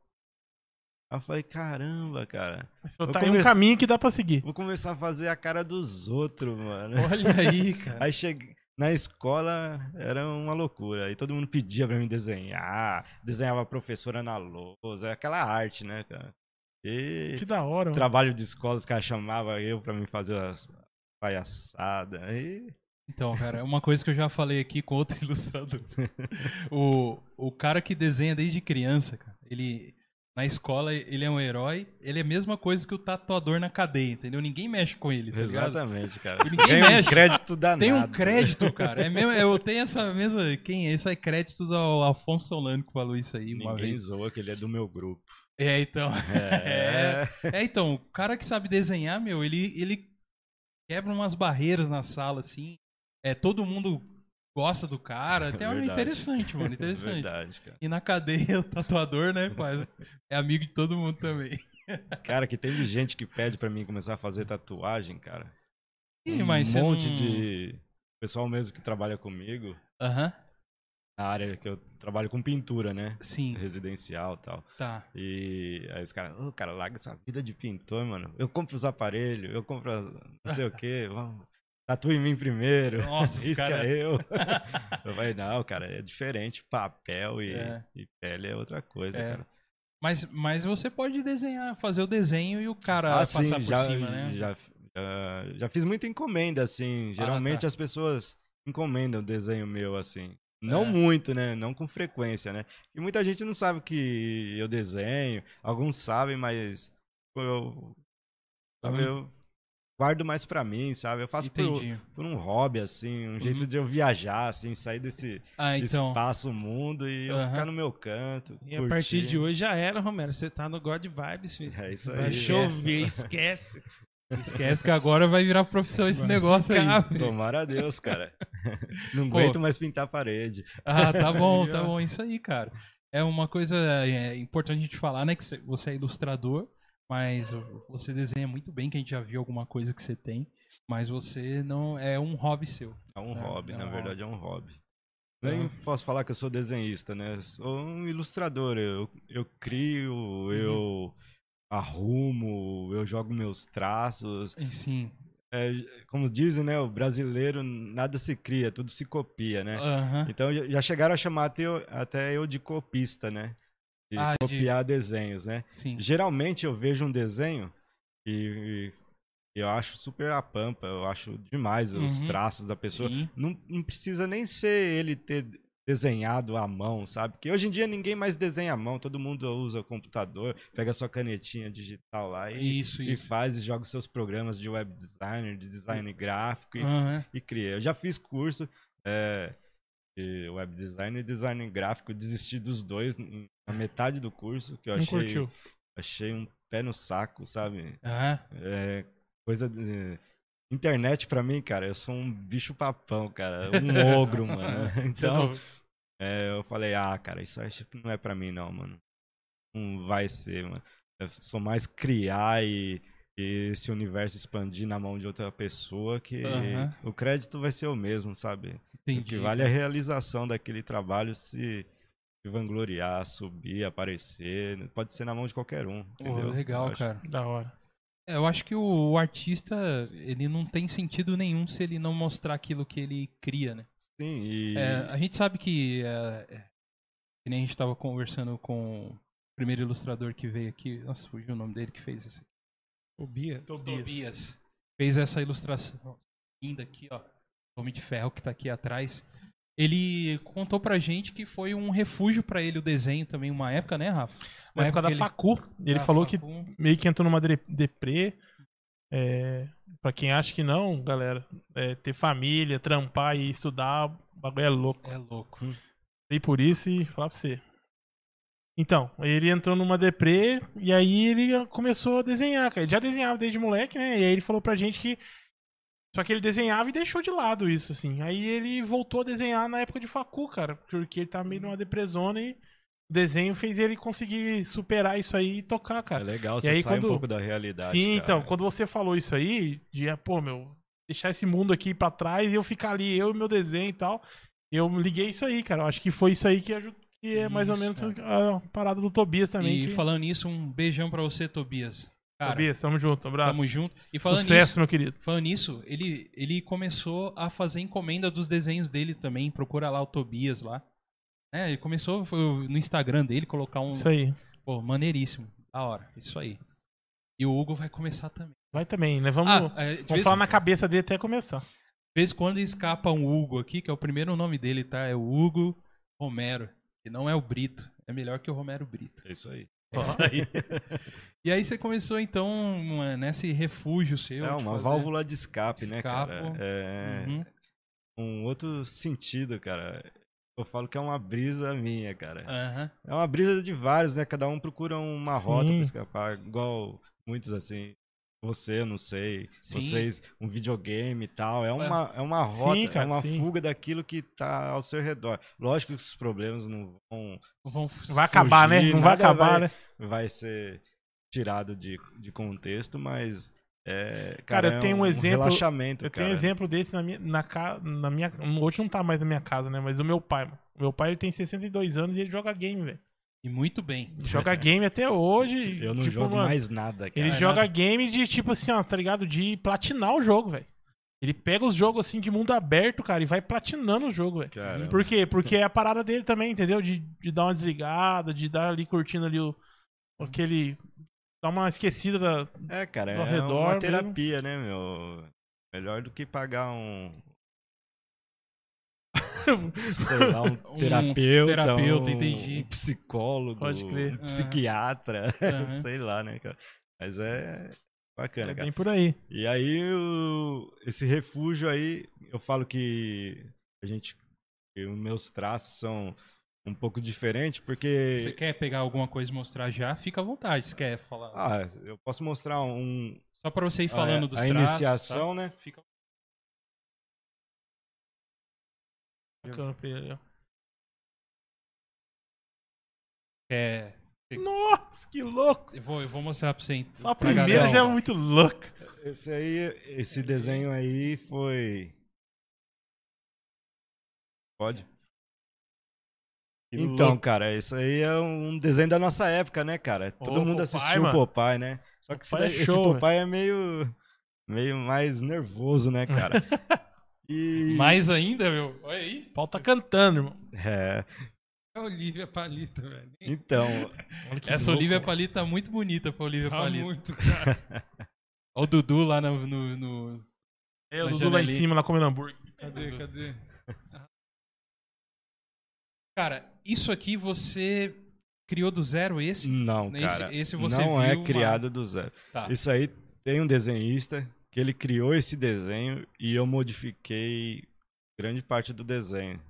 S4: Aí eu falei, caramba, cara,
S2: Só
S4: Eu
S2: tá aí um
S4: comecei-
S2: caminho que dá pra seguir.
S4: vou começar a fazer a cara dos outros, mano.
S1: Olha aí, cara.
S4: Aí cheguei na escola, era uma loucura. Aí todo mundo pedia pra mim desenhar, desenhava a professora na lousa, aquela arte, né, cara? E
S2: Que da hora, mano.
S4: trabalho de escola, os caras chamavam eu pra mim fazer as palhaçada. Aí
S1: Então, cara, é uma coisa que eu já falei aqui com outro ilustrador. o, o cara que desenha desde criança, cara, ele. Na escola, ele é um herói, ele é a mesma coisa que o tatuador na cadeia, entendeu? Ninguém mexe com ele, tá ligado?
S4: Exatamente, cara.
S1: E
S4: Você
S1: ninguém
S4: ganha
S1: mexe.
S4: um crédito danado.
S1: Tem um crédito, cara. É mesmo, eu tenho essa mesma. Quem é? Isso é créditos ao Afonso Solano que falou isso aí uma
S4: Ninguém
S1: vez.
S4: zoa que ele é do meu grupo.
S1: É, então.
S4: É.
S1: É, então, o cara que sabe desenhar, meu, ele, ele quebra umas barreiras na sala, assim. É, todo mundo gosta do cara. Até é
S4: Verdade.
S1: interessante, mano. Interessante.
S4: é Verdade, cara.
S1: E na cadeia, o tatuador, né, pai? É amigo de todo mundo também.
S4: Cara, que tem de gente que pede pra mim começar a fazer tatuagem, cara.
S1: Ih,
S4: um
S1: mas você
S4: monte
S1: não-
S4: de pessoal mesmo que trabalha comigo.
S1: Aham,
S4: na área que eu trabalho com pintura, né?
S1: sim,
S4: Residencial e tal.
S1: tá.
S4: E aí os caras, ô, cara, larga essa vida de pintor, mano. Eu compro os aparelhos, eu compro as- não sei o quê. Vamos. tatua em mim primeiro.
S1: Nossa, os
S4: Risca
S1: cara-
S4: eu. eu falei, não, cara, é diferente. Papel e,
S1: É.
S4: e pele é outra coisa,
S1: É.
S4: cara.
S1: Mas, mas você pode desenhar, fazer o desenho e o cara passar por cima, né?
S4: Ah, já, já, já fiz muita encomenda, assim. Geralmente
S1: tá.
S4: as pessoas encomendam desenho meu, assim. Não
S1: É.
S4: muito, né? Não com frequência, né? E muita gente não sabe que eu desenho. Alguns sabem, mas pô, eu, sabe,
S1: Uhum.
S4: eu guardo mais pra mim, sabe? Eu faço por,
S1: Entendi.
S4: por um hobby, assim, um jeito de eu viajar, assim, sair desse
S1: Ah, então.
S4: espaço, mundo e eu
S1: Aham.
S4: ficar no meu canto.
S3: E a partir
S4: curtir.
S3: de hoje já era, Romero. Você tá no God Vibes, filho.
S4: É isso
S3: Vai
S4: aí. é.
S3: chover, esquece.
S1: Esquece que agora vai virar profissão esse
S3: Vai
S1: negócio Tá aí.
S3: ficar-
S4: Tomara a Deus, cara. Não
S1: Pô.
S4: aguento mais pintar a parede.
S1: Ah, tá bom, tá
S3: Aí, ó.
S1: bom. Isso aí, cara. É uma coisa é, importante a gente falar, né? Que cê- você é ilustrador, mas o- você desenha muito bem, que a gente já viu alguma coisa que você tem, mas você não é um hobby seu.
S4: É um
S1: É,
S4: hobby,
S1: é
S4: na
S1: um É
S4: verdade é um hobby. Nem posso falar que eu sou desenhista, né? Eu Sou um ilustrador. Eu, eu crio,
S1: Uhum.
S4: eu arrumo, eu jogo meus traços.
S1: E Sim.
S4: É, como dizem, né? O brasileiro nada se cria, tudo se copia,
S1: É.
S4: né?
S1: Aham.
S4: Então já- já chegaram a chamar até eu, até eu de copista, né? De
S1: Ah, de-
S4: copiar desenhos, né?
S1: Sim.
S4: Geralmente eu vejo um desenho e, e eu acho super a pampa, eu acho demais os
S1: Uhum.
S4: traços da pessoa.
S1: Sim.
S4: Não, não precisa nem ser ele ter desenhado à mão, sabe? Porque hoje em dia ninguém mais desenha à mão, todo mundo usa computador, pega sua canetinha digital lá e,
S1: Isso,
S4: e
S1: isso.
S4: faz e joga os seus programas de web designer, de design gráfico e
S1: Aham.
S4: e cria. Eu já fiz curso é, de web design e design gráfico, desisti dos dois em- na metade do curso, que eu
S2: Não
S4: achei,
S2: curtiu.
S4: achei um pé no saco, sabe?
S1: Aham.
S4: É, coisa de. Internet pra mim, cara, eu sou um bicho papão, cara, um ogro, mano.
S1: Você tá
S4: Então,
S1: não-
S4: é, eu falei, ah, cara, isso acho que não é pra mim, não, mano. Não vai ser, mano. Eu sou mais criar e, e esse universo expandir na mão de outra pessoa que
S1: Aham.
S4: o crédito vai ser o mesmo, sabe? O
S1: Entendi.
S4: que vale é a realização daquele trabalho se, se vangloriar, subir, aparecer. né, Pode ser na mão de qualquer um.
S1: Pô,
S4: entendeu? Eu
S1: legal,
S4: acho-
S1: cara.
S2: Da hora.
S1: É, Eu acho que o artista, ele não tem sentido nenhum se ele não mostrar aquilo que ele cria, né?
S4: Sim, e.
S1: É, a gente sabe que, é, é, que nem a gente estava conversando com o primeiro ilustrador que veio aqui, nossa, fugiu o nome dele que fez isso.
S3: O Bia.
S1: Tobias. Fez essa ilustração linda aqui, ó. Homem de Ferro que tá aqui atrás. Ele contou pra gente que foi um refúgio pra ele o desenho também, uma época, né, Rafa? Uma
S2: Na época da
S1: que
S2: Facu, ele
S1: da
S2: falou que
S1: Facum.
S2: meio que entrou numa dre- deprê. É, pra quem acha que não, galera, é, ter família, trampar e estudar, o bagulho é louco.
S1: É louco.
S2: Sei por isso e falar pra você. Então, ele entrou numa deprê e aí ele começou a desenhar, cara. Ele já desenhava desde moleque, né? E aí ele falou pra gente que. Só que ele desenhava e deixou de lado isso, assim. Aí ele voltou a desenhar na época de facu, cara. Porque ele tá meio numa depressona e o desenho fez ele conseguir superar isso aí e tocar,
S4: É
S2: cara.
S4: legal,
S2: aí
S4: você sai
S2: quando-
S4: um pouco da realidade.
S2: Sim,
S4: cara.
S2: então, quando você falou isso aí, de, ah, pô, meu, deixar esse mundo aqui pra trás e eu ficar ali, eu e meu desenho e tal, eu liguei isso aí, cara. Eu acho que foi isso aí que ajudou, que é mais ou
S1: Isso,
S2: menos a parada do Tobias também.
S1: E
S2: que-
S1: falando nisso, um beijão pra você, Tobias. Cara,
S2: Tobias, tamo junto, um abraço.
S1: tamo junto. E falando
S2: Sucesso,
S1: nisso,
S2: meu querido.
S1: Falando nisso, ele, ele começou a fazer encomenda dos desenhos dele também. Procura lá o Tobias lá. É, ele começou foi no Instagram dele colocar um.
S2: Isso aí.
S1: Pô, maneiríssimo. Da hora. Isso aí. E o Hugo vai começar também.
S2: Vai também, né? Vamos,
S1: Ah, é, de
S2: vamos
S1: vez,
S2: falar na cabeça dele até começar.
S1: de vez em quando escapa um Hugo aqui, que é o primeiro nome dele, tá? É o Hugo Romero. Que não é o Brito. É melhor que o Romero Brito.
S4: É isso aí.
S1: É isso aí. e aí você começou, então, uma- nesse refúgio seu.
S4: É
S1: de
S4: uma
S1: fazer-
S4: válvula de escape, né, cara?
S1: Escapo.
S4: É.
S1: Uhum.
S4: um outro sentido, cara. Eu falo que é uma brisa minha, cara.
S1: Aham.
S4: É uma brisa de vários, né? Cada um procura uma rota
S2: Sim.
S4: pra escapar, igual muitos assim. Você, eu não sei.
S1: Sim.
S4: Vocês, um videogame e tal. É uma, é uma
S2: Sim,
S4: rota,
S2: cara,
S4: é uma
S2: sim.
S4: fuga daquilo que tá ao seu redor. Lógico que os problemas não vão.
S1: Vão-
S2: Vai acabar, né?
S4: fugir,
S2: Não vai
S4: nada
S2: acabar,
S4: vai-
S2: né?
S4: Vai ser tirado de, de contexto, mas. É,
S2: Cara,
S4: cara,
S2: eu
S4: é
S2: tenho um
S4: um
S2: exemplo-
S4: Relaxamento,
S2: Eu
S4: cara.
S2: tenho exemplo desse na minha, na, ca- na minha. Hoje não tá mais na minha casa, né? Mas o meu pai, mano. O meu pai ele tem 62 anos e ele joga game, velho.
S1: E muito bem.
S2: Ele Joga game até hoje.
S4: É. Eu não
S2: tipo,
S4: jogo
S2: mano,
S4: mais nada, cara.
S2: Ele
S1: Ah, é
S2: joga
S1: nada?
S2: game de tipo assim, ó, tá ligado? De platinar o jogo, velho. Ele pega os jogos assim de mundo aberto, cara, e vai platinando o jogo, velho.
S4: Caramba.
S2: Por quê? Porque é a parada dele também, entendeu? De, de dar uma desligada, de dar ali curtindo ali o. aquele. dar uma esquecida da.
S4: É, cara,
S2: do
S4: é
S2: redor
S4: uma
S2: mesmo.
S4: terapia, né, meu? Melhor do que pagar um. sei lá, um
S1: Um
S4: terapeuta.
S1: terapeuta,
S4: um
S1: entendi. É.
S4: psicólogo.
S2: Pode crer.
S4: Um psiquiatra.
S1: Aham.
S4: sei lá, né, cara? Mas é bacana,
S2: É
S4: cara.
S2: bem por aí.
S4: E aí, o- esse refúgio aí, eu falo que a gente. que os meus traços são um pouco diferentes, porque.
S1: Você quer pegar alguma coisa e mostrar já? Fica à vontade. Você quer falar?
S4: Ah, eu posso mostrar um. é,
S1: Só pra você ir falando
S4: a,
S1: dos
S4: a
S1: traços.
S4: iniciação, né?
S1: tá? Fica...
S2: Bacana pra ele, ó.
S1: É,
S2: Nossa, que louco!
S1: eu, vou, eu vou mostrar pra você. então.
S2: A
S1: pra
S2: primeira
S1: galera.
S2: já é muito louca.
S4: Esse aí, esse desenho aí foi. Pode?
S2: Que
S4: então,
S2: louco.
S4: cara, isso aí é um desenho da nossa época, né, cara? Todo
S2: Ô, Popeye,
S4: mundo assistiu o
S2: mano.
S4: Popeye, né? Só que esse,
S2: Popeye é
S4: daí- esse
S2: show,
S4: Popeye é meio, meio mais nervoso, né, cara? E.
S1: Mais ainda, meu. Olha aí.
S2: O pau tá cantando, irmão.
S4: É,
S3: É Olivia Palito, velho.
S4: então,
S2: Olha que
S1: Essa
S2: louco,
S1: Olivia
S4: é
S2: mano.
S1: Palito tá muito bonita pra Olivia
S3: Tá
S1: Palito.
S3: muito, cara.
S1: Olha o Dudu lá no. no- no-
S2: É,
S1: na
S2: o Dudu lá em
S1: janelinha.
S2: cima, lá comendo hambúrguer.
S1: Uhum.
S3: Cadê, cadê?
S1: Cara, isso aqui você criou do zero esse?
S4: não,
S1: Né, Esse-
S4: cara.
S1: esse você
S4: não é
S1: viu, mas-
S4: criado do zero.
S1: Tá.
S4: Isso aí tem um desenhista que ele criou esse desenho e eu modifiquei grande parte do desenho.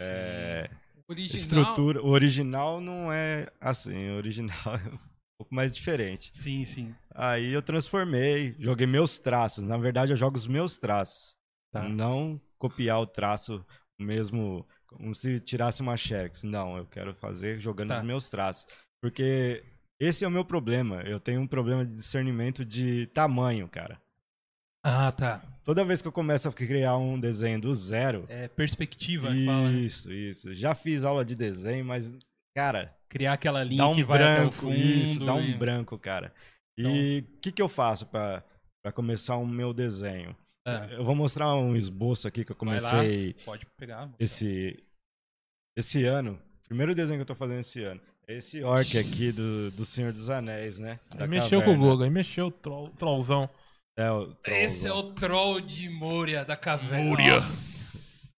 S4: É,
S3: Original.
S4: estrutura, o original não é assim, o original é um pouco mais diferente.
S1: Sim, sim.
S4: Aí eu transformei, joguei meus traços, na verdade eu jogo os meus traços.
S1: Tá.
S4: Não copiar o traço mesmo como se tirasse uma xerox. Não, eu quero fazer jogando
S1: Tá.
S4: os meus traços, porque esse é o meu problema. Eu tenho um problema de discernimento de tamanho, cara.
S1: Ah, tá.
S4: Toda vez que eu começo a criar um desenho do zero,
S1: É perspectiva que fala, né?
S4: isso, isso. Já fiz aula de desenho, mas, cara,
S1: Criar aquela linha
S4: dá um
S1: que vai até o
S4: branco,
S1: fundo.
S4: isso, dá um
S1: e- Então
S4: branco, cara. E o que, que eu faço pra pra começar o meu desenho?
S1: Ah,
S4: Eu vou mostrar um esboço aqui que eu
S1: vai lá,
S4: comecei
S1: Pode pegar. mostrar.
S4: esse, esse ano. Primeiro desenho que eu tô fazendo esse ano. É esse orc aqui do, do Senhor dos Anéis, né? Da
S2: Aí mexeu com o
S4: caverna.
S2: Globo, aí mexeu o troll, trollzão.
S4: É, o troll,
S1: Esse é
S4: né?
S1: o troll de Moria da caverna.
S2: Moria.
S1: Nossa.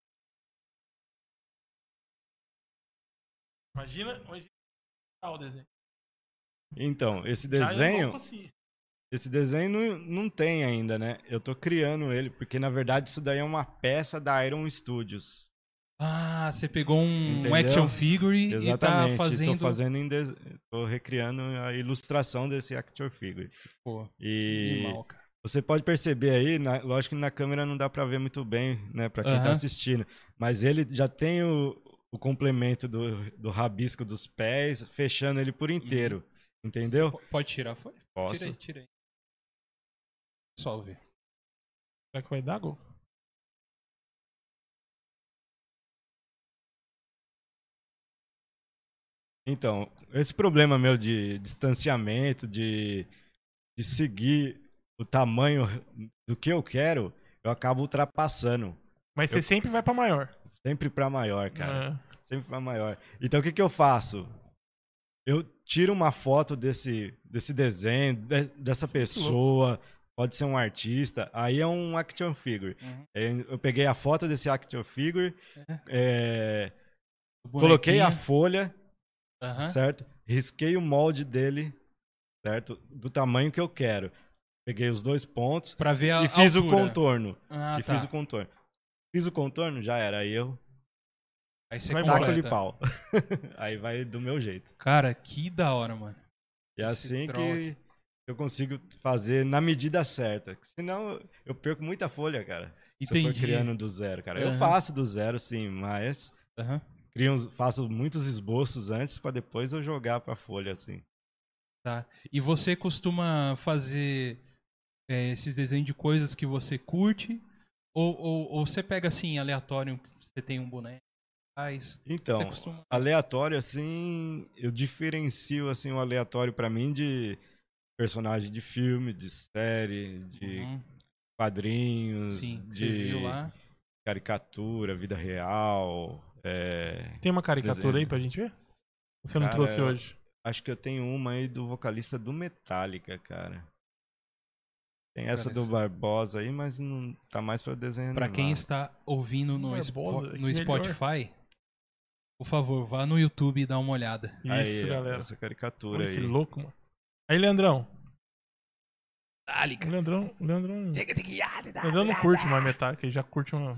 S2: Imagina onde tá o desenho.
S4: Então, esse
S2: Já é
S4: desenho...
S2: louco assim.
S4: Esse desenho não, não tem ainda, né? Eu tô criando ele, porque na verdade isso daí é uma peça da Iron Studios.
S1: Ah, você pegou um
S4: Entendeu?
S1: action figure
S4: Exatamente.
S1: e tá fazendo.
S4: Tô fazendo em des... tô recriando a ilustração desse Actor Figure.
S1: Pô,
S4: E
S1: animal, cara.
S4: você pode perceber aí, na- lógico que na câmera não dá pra ver muito bem, né? Pra quem tá
S1: Aham.
S4: assistindo. Mas ele já tem o, o complemento do, do rabisco dos pés, fechando ele por inteiro. Entendeu?
S1: Você po- Uhum. Pode tirar, foi?
S4: Posso.
S1: Tirei, tirei. Só ver.
S2: Será que vai dar gol?
S4: Então, esse problema meu de distanciamento, de, de seguir o tamanho do que eu quero, eu acabo ultrapassando.
S2: Mas você sempre vai pra maior.
S4: Sempre pra maior, cara.
S2: É.
S4: Sempre pra maior. Então, o que, que eu faço? Eu tiro uma foto desse, desse desenho, de-
S1: é
S4: dessa pessoa, pode ser um artista, aí é um action figure.
S1: Uhum.
S4: Eh, Eu peguei a foto desse action figure,
S1: É.
S4: eh,
S1: O
S4: coloquei a
S1: bonequinho,
S4: folha,
S1: aham.
S4: certo? Risquei o molde dele, certo? Do tamanho que eu quero. Peguei os dois pontos
S1: Pra ver a
S4: e fiz
S1: altura.
S4: o contorno.
S1: Ah,
S4: e
S1: tá.
S4: fiz o contorno. Fiz o contorno, já era. Aí eu
S1: Aí você
S2: Vai
S4: taco
S1: completa.
S4: de pau. Aí vai do meu jeito.
S1: Cara, que da hora, mano.
S4: E é
S1: Esse
S4: assim
S1: troll
S4: que eu consigo fazer na medida certa. Que Senão eu perco muita folha, cara. Se eu for
S1: Entendi.
S4: criando do zero, cara. Eu
S1: Aham.
S4: faço do zero, sim, mas
S1: Aham.
S4: crio uns- faço muitos esboços antes pra depois eu jogar pra folha, assim.
S1: E você costuma fazer é, esses desenhos de coisas que você curte? Ou, ou, ou você pega assim, aleatório, que você tem um boneco? Faz.
S4: Então,
S1: você costuma.
S4: aleatório assim, eu diferencio assim o aleatório pra mim de personagem de filme, de série, de
S1: Uhum.
S4: quadrinhos,
S1: Sim, que você
S4: de
S1: viu lá.
S4: caricatura, vida real. é,
S2: Tem uma caricatura aí pra gente ver? Você não
S4: Cara,
S2: trouxe
S4: eu-
S2: hoje.
S4: Acho que eu tenho uma aí do vocalista do Metallica, cara. Tem essa
S1: Cara,
S4: do
S1: isso-
S4: Barbosa aí, mas não tá mais pra desenho
S1: Pra quem
S4: animado.
S1: está ouvindo no,
S2: Barbosa,
S1: Spo-
S2: que
S1: no
S2: é melhor.
S1: Spotify, por favor, vá no YouTube e dá uma olhada.
S2: Isso,
S4: Aí, ó,
S2: galera.
S4: Essa caricatura
S2: Olha que
S4: aí.
S2: louco, mano. Aí, Leandrão. O
S1: Metallica.
S2: Leandrão, o Leandrão, o Leandrão não curte mais Metallica, ele já curte uma...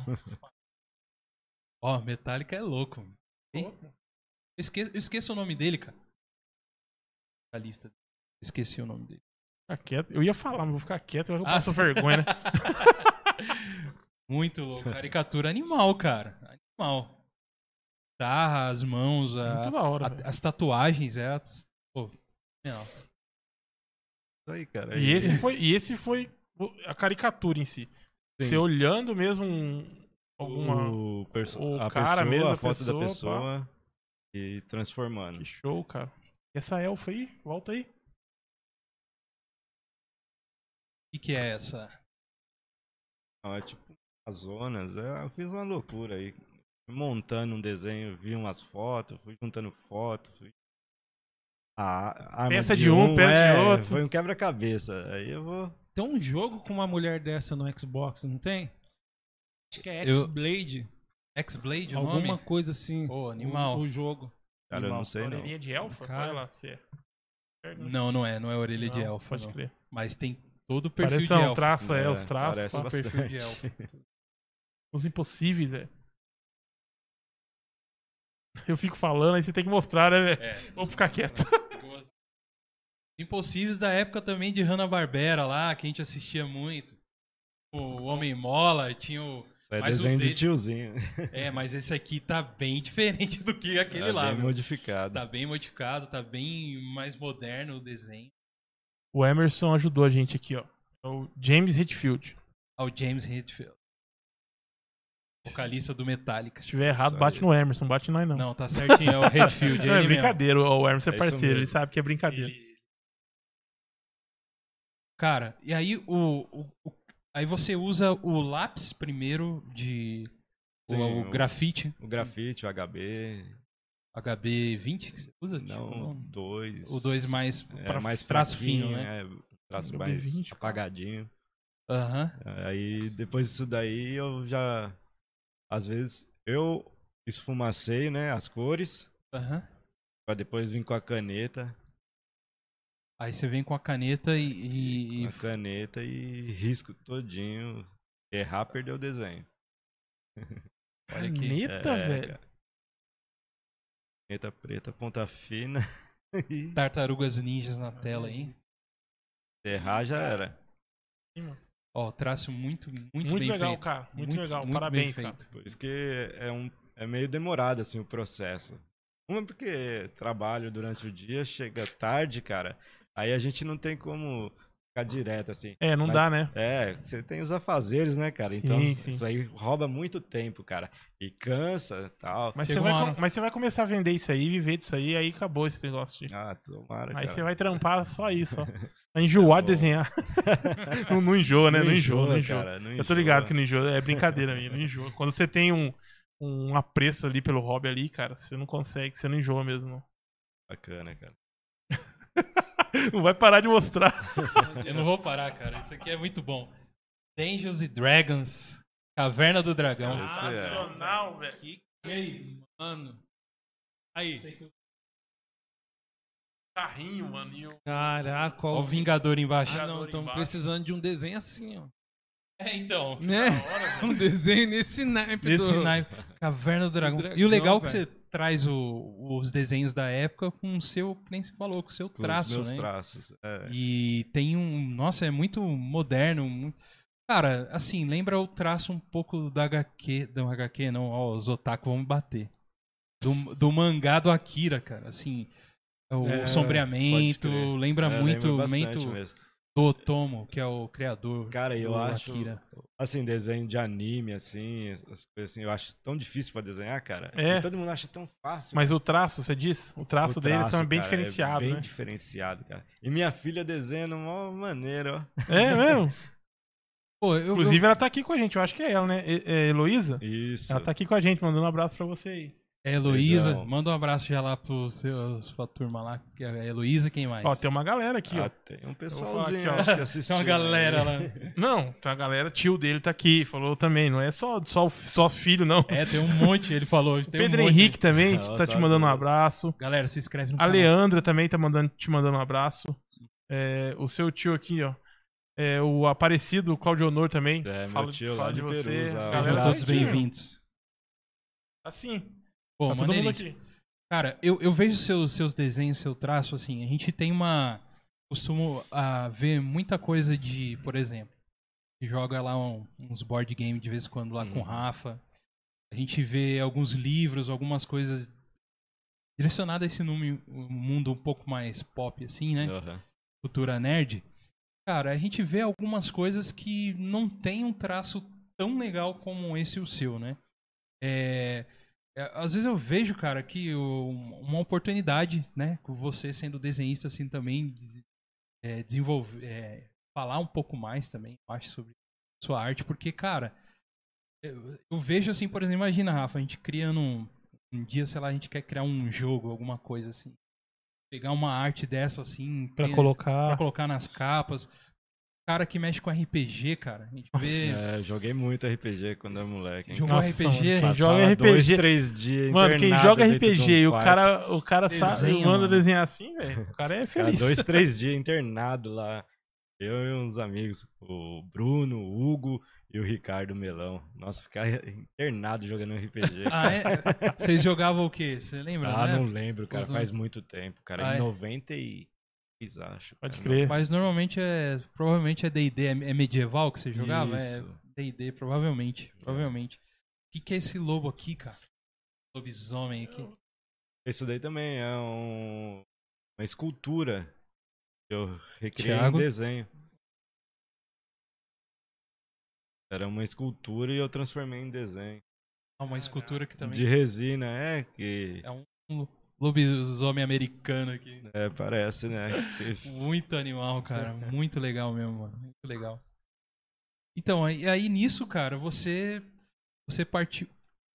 S1: Ó, Metallica é louco. Hein? Eu esqueço, eu esqueço o nome dele, cara. Da lista. Esqueci o nome dele.
S2: Fica quieto. Eu ia falar, mas vou ficar quieto, eu
S1: Ah,
S2: passo
S1: sim.
S2: vergonha, né?
S1: Muito louco. Caricatura animal, cara. Animal. Tá, as mãos, a-
S2: Muito da hora,
S1: a-
S2: velho.
S1: as tatuagens, é. Pô, não.
S4: Isso aí, cara.
S2: E esse é foi, e esse foi o- a caricatura em si.
S4: Sim.
S2: Você olhando mesmo um- alguma
S4: o, perso-
S2: o
S4: a
S2: cara
S4: pessoa,
S2: mesmo, a
S4: a foto
S2: pessoa,
S4: da pessoa e transformando.
S2: Que show, cara. E essa elfa aí, volta aí.
S1: O que, que é essa?
S4: Não, é tipo Amazonas. é, Eu fiz uma loucura aí. Fui montando um desenho, vi umas fotos, fui juntando foto, fui. A, a arma
S2: Peça de um, peça de outro.
S4: Foi um quebra-cabeça. Aí eu vou.
S3: Tem um jogo com uma mulher dessa no Xbox, não tem? Acho que é
S1: Eu-
S3: X-Blade.
S1: X-Blade, o
S3: Alguma
S1: nome?
S3: coisa assim.
S1: Pô,
S3: o-
S1: animal.
S3: O, jogo.
S4: Cara, eu não sei não.
S2: Orelhinha de elfa?
S3: Cara.
S2: Olha lá, se é.
S1: Não, não é. Não é orelha de
S2: Não,
S1: elfa.
S2: Pode
S1: não.
S2: crer.
S1: Mas tem todo o perfil
S2: Parece
S1: de
S2: um
S1: elfa.
S2: traço, é,
S4: É,
S2: os traços.
S4: parece
S2: pá,
S4: bastante.
S2: perfil de elfa. Os impossíveis, velho. Eu fico falando, aí você tem que mostrar, né, velho?
S1: É.
S2: Vou ficar quieto.
S1: Impossíveis da época também de Hanna-Barbera lá, que a gente assistia muito. O Homem-Mola, tinha o...
S4: Isso aí é
S1: Mas o
S4: desenho de
S1: dele-
S4: tiozinho.
S1: É, mas esse aqui tá bem diferente do que aquele
S4: Tá
S1: lá,
S4: bem
S1: viu?
S4: modificado.
S1: Tá bem modificado, tá bem mais moderno o desenho.
S2: O Emerson ajudou a gente aqui, ó. É o James Hetfield.
S1: Ao James Hetfield. Vocalista do Metallica.
S2: Se estiver errado,
S4: Isso
S2: bate
S4: aí.
S2: no Emerson, bate em nós não.
S1: Não, tá certinho, é o Hetfield.
S2: Não,
S1: É,
S2: é
S1: ele mesmo.
S2: brincadeira, o Emerson é,
S4: É isso
S2: parceiro, ele
S4: mesmo.
S2: sabe que é brincadeira.
S1: Cara, e aí o, o- o- aí você usa o lápis primeiro de o-
S4: Sim,
S1: o,
S4: o-
S1: grafite
S4: O grafite, o HB.
S1: HB20 que você usa?
S4: Não,
S1: Tipo,
S4: dois.
S1: o 2 mais
S4: é,
S1: para
S4: mais
S1: traço
S4: fraquinho,
S1: fino, né?
S4: É, traço
S2: HB20,
S4: mais
S2: cara.
S4: apagadinho.
S1: Aham.
S4: Aí depois disso daí eu já. Às vezes eu esfumacei, né? As cores.
S1: Aham.
S4: Pra depois vir com a caneta.
S1: Aí você vem com a caneta e, e-
S4: com
S1: e
S4: a caneta e risco todinho. Errar, perdeu o desenho.
S1: olha aqui. É,
S2: Caneta, tá, velho.
S4: É, cara. Caneta preta, ponta fina. e
S1: Tartarugas ninjas na tela aí.
S4: errar já era.
S1: Ó, traço muito, muito,
S2: Muito,
S1: bem
S2: legal,
S1: feito.
S2: cara. Muito, legal.
S1: muito bem
S2: Parabéns,
S1: feito.
S2: cara.
S4: Por isso que é, um, é meio demorado, assim, o processo. Uma porque trabalho durante o dia, chega tarde, cara. Aí a gente não tem como ficar direto, assim.
S2: É, não
S4: Mas-
S2: dá, né?
S4: É, você tem os afazeres, né, cara?
S2: Sim,
S4: Então,
S2: sim.
S4: isso aí rouba muito tempo, cara. E cansa e tal.
S2: Mas você,
S1: Chega
S2: vai,
S1: uma
S2: com-
S1: hora.
S2: mas você vai começar a vender isso aí, viver disso aí, aí acabou esse negócio. De...
S4: Ah, tomara,
S2: aí
S4: cara.
S2: você é vai trampar só isso, ó. Vai enjoar
S4: Tá
S2: de
S4: bom.
S2: desenhar. não, não enjoa, né? Não, enjoa, não enjoa.
S4: cara, não
S2: Eu tô
S4: enjoa.
S2: ligado que não enjoa. É brincadeira minha, não enjoa. Quando você tem um, um apreço ali pelo hobby ali, cara, você não consegue, você não enjoa mesmo, não.
S4: Bacana, cara.
S2: Não vai parar de mostrar.
S1: Eu não vou parar, cara. Isso aqui é muito bom. Dungeons e Dragons. Caverna do Dragão.
S4: Cara,
S2: Ah,
S4: isso é-
S2: velho.
S1: Que isso?
S3: Mano.
S2: Aí. Carrinho, mano. E o...
S3: Caraca,
S1: Ó o
S3: ó.
S1: Vingador embaixo.
S3: Ah, não,
S2: Vingador
S3: estamos
S2: embaixo.
S3: precisando de um desenho assim, ó.
S1: É, então.
S3: Né? um desenho nesse naipe
S1: Desse
S3: do...
S1: naipe. Caverna do Dragão.
S3: dragão,
S1: e o legal é que você
S3: velho.
S1: traz o- os desenhos da época com o seu, que nem se falou, com o seu
S4: Com os
S1: traço,
S4: meus
S1: né?
S4: traços. É.
S1: E tem um. Nossa, é muito moderno. muito- Cara, assim, lembra o traço um pouco da HQ. Não, HQ não, ó, os otaku vão me bater. Do, do mangá do Akira, cara. Assim, o
S4: É,
S1: sombreamento.
S4: pode crer.
S1: Lembra
S4: É,
S1: muito
S4: lembro
S1: o
S4: bastante
S1: mento
S4: mesmo.
S1: do Otomo, que é o criador
S4: Cara, eu
S1: do
S4: acho-
S1: Akira.
S4: Assim, desenho de anime, assim, as coisas assim, eu acho tão difícil pra desenhar, cara.
S2: É.
S4: E todo mundo acha tão fácil.
S2: Mas o traço, você diz? O traço,
S4: O
S2: deles são bem
S4: cara,
S2: diferenciados,
S4: é bem
S2: né?
S4: diferenciado, cara. E minha filha desenha de uma maneira, ó.
S2: É mesmo?
S1: Pô, eu,
S2: Inclusive, ela tá aqui com a gente, eu acho que é ela, né? E- é Heloísa?
S4: Isso.
S2: Ela tá aqui com a gente, mandando um abraço pra você aí.
S1: É a Heloísa,
S4: Exato.
S1: manda um abraço já lá pro seu, sua turma lá, que é a Heloísa, quem mais?
S2: Ó, tem um uma galera aqui,
S4: Ah,
S2: ó.
S4: tem um
S2: Eu vou
S4: pessoalzinho
S2: falar aqui, ó.
S4: acho que assistiu.
S1: Tem uma galera
S4: né?
S1: lá.
S2: Não, tem uma galera, tio dele tá aqui, falou também, não é só, só, só filho, não.
S1: É, tem um monte, ele falou. Tem
S2: Pedro
S1: um monte.
S2: Henrique também
S4: Nossa,
S2: tá te mandando um
S4: adoro.
S2: abraço.
S1: Galera, se inscreve no
S2: A
S1: canal.
S2: Leandra também tá mandando, te mandando um abraço. É, o seu tio aqui, ó. É, o aparecido, o Claudio Honor também.
S4: É, meu
S2: fala,
S4: tio lá
S2: fala
S4: de
S2: de você.
S4: Perus, ó.
S2: a
S1: Sejam
S2: galera tá
S1: todos
S2: aqui,
S1: bem-vindos.
S2: Assim,
S1: Pô,
S2: tá todo mundo
S1: maneiríssimo.
S2: aqui.
S1: Cara, eu, eu vejo seus, seus desenhos, seu traço, assim, a gente tem uma. Costumo a ver muita coisa de, por exemplo, que joga lá um- uns board game de vez em quando lá com o
S4: Uhum.
S1: Rafa. A gente vê alguns livros, algumas coisas direcionadas a esse nome, um mundo um pouco mais pop, assim, né?
S4: Aham.
S1: Cultura nerd. Cara, a gente vê algumas coisas que não tem um traço tão legal como esse o seu, né? É, é, às vezes eu vejo, cara, que o- uma oportunidade, né? Com você sendo desenhista, assim, também des- é, desenvolver, é, falar um pouco mais também, eu acho, sobre sua arte, porque, cara, eu, eu vejo assim, por exemplo, imagina, Rafa, a gente criando um, um dia, sei lá, a gente quer criar um jogo, alguma coisa assim. Pegar uma arte dessa, assim, pe-
S2: Pra
S1: pra
S4: Ah.
S2: colocar.
S1: colocar nas capas. Cara que mexe com RPG, cara. A gente vê.
S4: É, joguei muito RPG quando era moleque. hein?
S1: Jogou
S2: Nossa,
S1: RPG.
S2: mano, quem
S4: Passava
S2: joga
S4: dois,
S2: RPG.
S4: três dias
S2: Mano, quem
S4: internado
S2: joga
S4: dentro de um
S2: RPG e o
S4: quarto.
S2: cara, o cara sabe,
S1: Desenha,
S2: manda
S1: mano.
S2: desenhar assim, velho. O cara é
S4: Cara,
S2: feliz.
S4: dois, três dias internado lá. Eu e uns amigos, o Bruno, o Hugo e o Ricardo Melão. Nossa, ficar internado jogando RPG.
S1: Ah, é? Vocês jogavam o quê? Você lembra?
S4: ah,
S1: né?
S4: não lembro, cara.
S1: Os
S4: Faz muito tempo, cara.
S1: Ah, é?
S4: Em 96, acho.
S2: Pode
S4: cara.
S2: crer.
S1: Mas normalmente é. Provavelmente é DD, é é medieval que você jogava? É
S4: Isso.
S1: DD, provavelmente. Provavelmente. O que, que é esse lobo aqui, cara? Lobisomem aqui.
S4: Isso daí também é um- uma escultura. que Eu recriei
S1: Thiago?
S4: em desenho. Era uma escultura e eu transformei em desenho.
S1: Ah, uma escultura que também.
S4: De resina, é que.
S1: É um lobisomem americano aqui.
S4: É, parece, né? Que
S1: Muito animal, cara. Muito legal mesmo, mano. Muito legal. Então, aí, aí nisso, cara, você. Você partiu.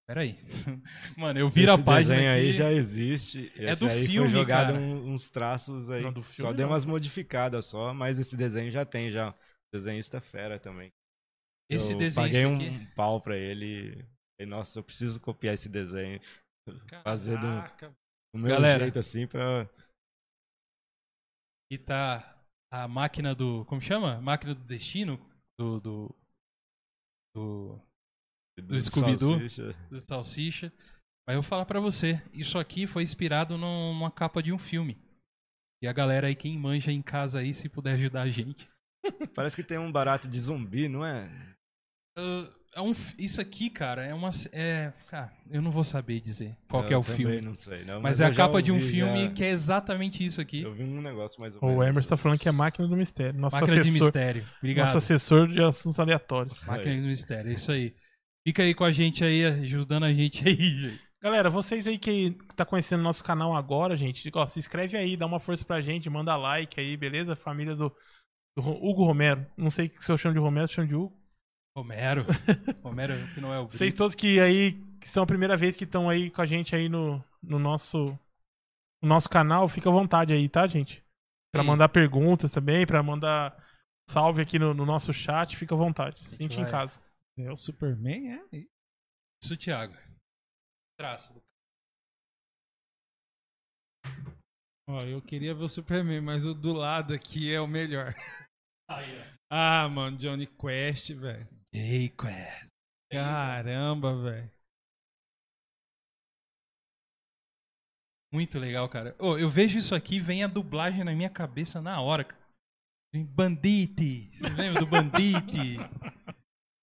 S1: Peraí. Mano, eu viro
S4: Esse
S1: a página.
S4: desenho
S1: aqui.
S4: aí já existe.
S1: É
S4: Esse
S1: do
S4: aí
S1: filme,
S4: foi jogado
S1: cara.
S4: um- uns traços aí.
S2: Não, do
S4: só
S2: filme
S4: deu
S2: não,
S4: umas modificadas só, mas esse desenho já tem já. Desenhista é fera também.
S1: Esse
S4: eu
S1: desenho
S4: paguei
S1: aqui.
S4: um pau pra ele. Falei, nossa, eu preciso copiar esse desenho. Fazer do-
S3: Caraca,
S4: O meu
S1: Galera.
S4: jeito assim pra.
S1: E tá a máquina do. Como chama? Máquina do destino? Do. Do, do, Do Scooby-Doo?
S4: salsicha.
S1: do Salsicha. Mas eu vou falar pra você. Isso aqui foi inspirado num- numa capa de um filme. E a galera aí, quem manja em casa aí, se puder ajudar a gente.
S4: Parece que tem um barato de zumbi, não é?
S1: Ah, é um fi- isso aqui, cara, é uma. se- É, cara, eu não vou saber dizer qual
S4: Eu
S1: que é o
S4: também
S1: filme.
S4: Não sei, não,
S1: Mas, é
S4: eu
S1: a
S4: já
S1: capa de um
S4: ouvi, já-
S1: filme que é exatamente isso aqui.
S4: Eu vi um negócio mais ou menos.
S2: O Emerson tá falando que é máquina do mistério. Nosso
S1: Máquina de
S2: assessor,
S1: Mistério. Obrigado.
S2: nosso assessor de assuntos aleatórios.
S1: Máquina de Mistério, é isso aí. Fica aí com a gente aí, ajudando a gente aí, gente.
S2: Galera, vocês aí que tá conhecendo nosso canal agora, gente, ó, se inscreve aí, dá uma força pra gente, manda like aí, beleza? Família do, do Ro- Hugo Romero. Não sei se eu chamo de Romero, se eu chamo de Hugo.
S1: Romero. Romero, que não é o
S2: Vocês
S1: Brito.
S2: todos que aí que são a primeira vez que estão aí com a gente aí no, no nosso no nosso canal, fica à vontade aí, tá, gente? Pra
S1: Sim.
S2: mandar perguntas também, pra mandar salve aqui no, no nosso chat, fica à vontade. Se sente em
S1: vai.
S2: casa.
S3: é o Superman, é?
S1: Isso, Thiago. Traço.
S3: Ó, eu queria ver o Superman, mas o do lado aqui é o melhor. Ah, mano, Johnny Quest, velho.
S1: Ei, Qué.
S3: Caramba, velho.
S1: Muito legal, cara. Ô, eu vejo isso aqui, vem a dublagem na minha cabeça na hora, cara. Vem Bandite. Você lembra do Bandite?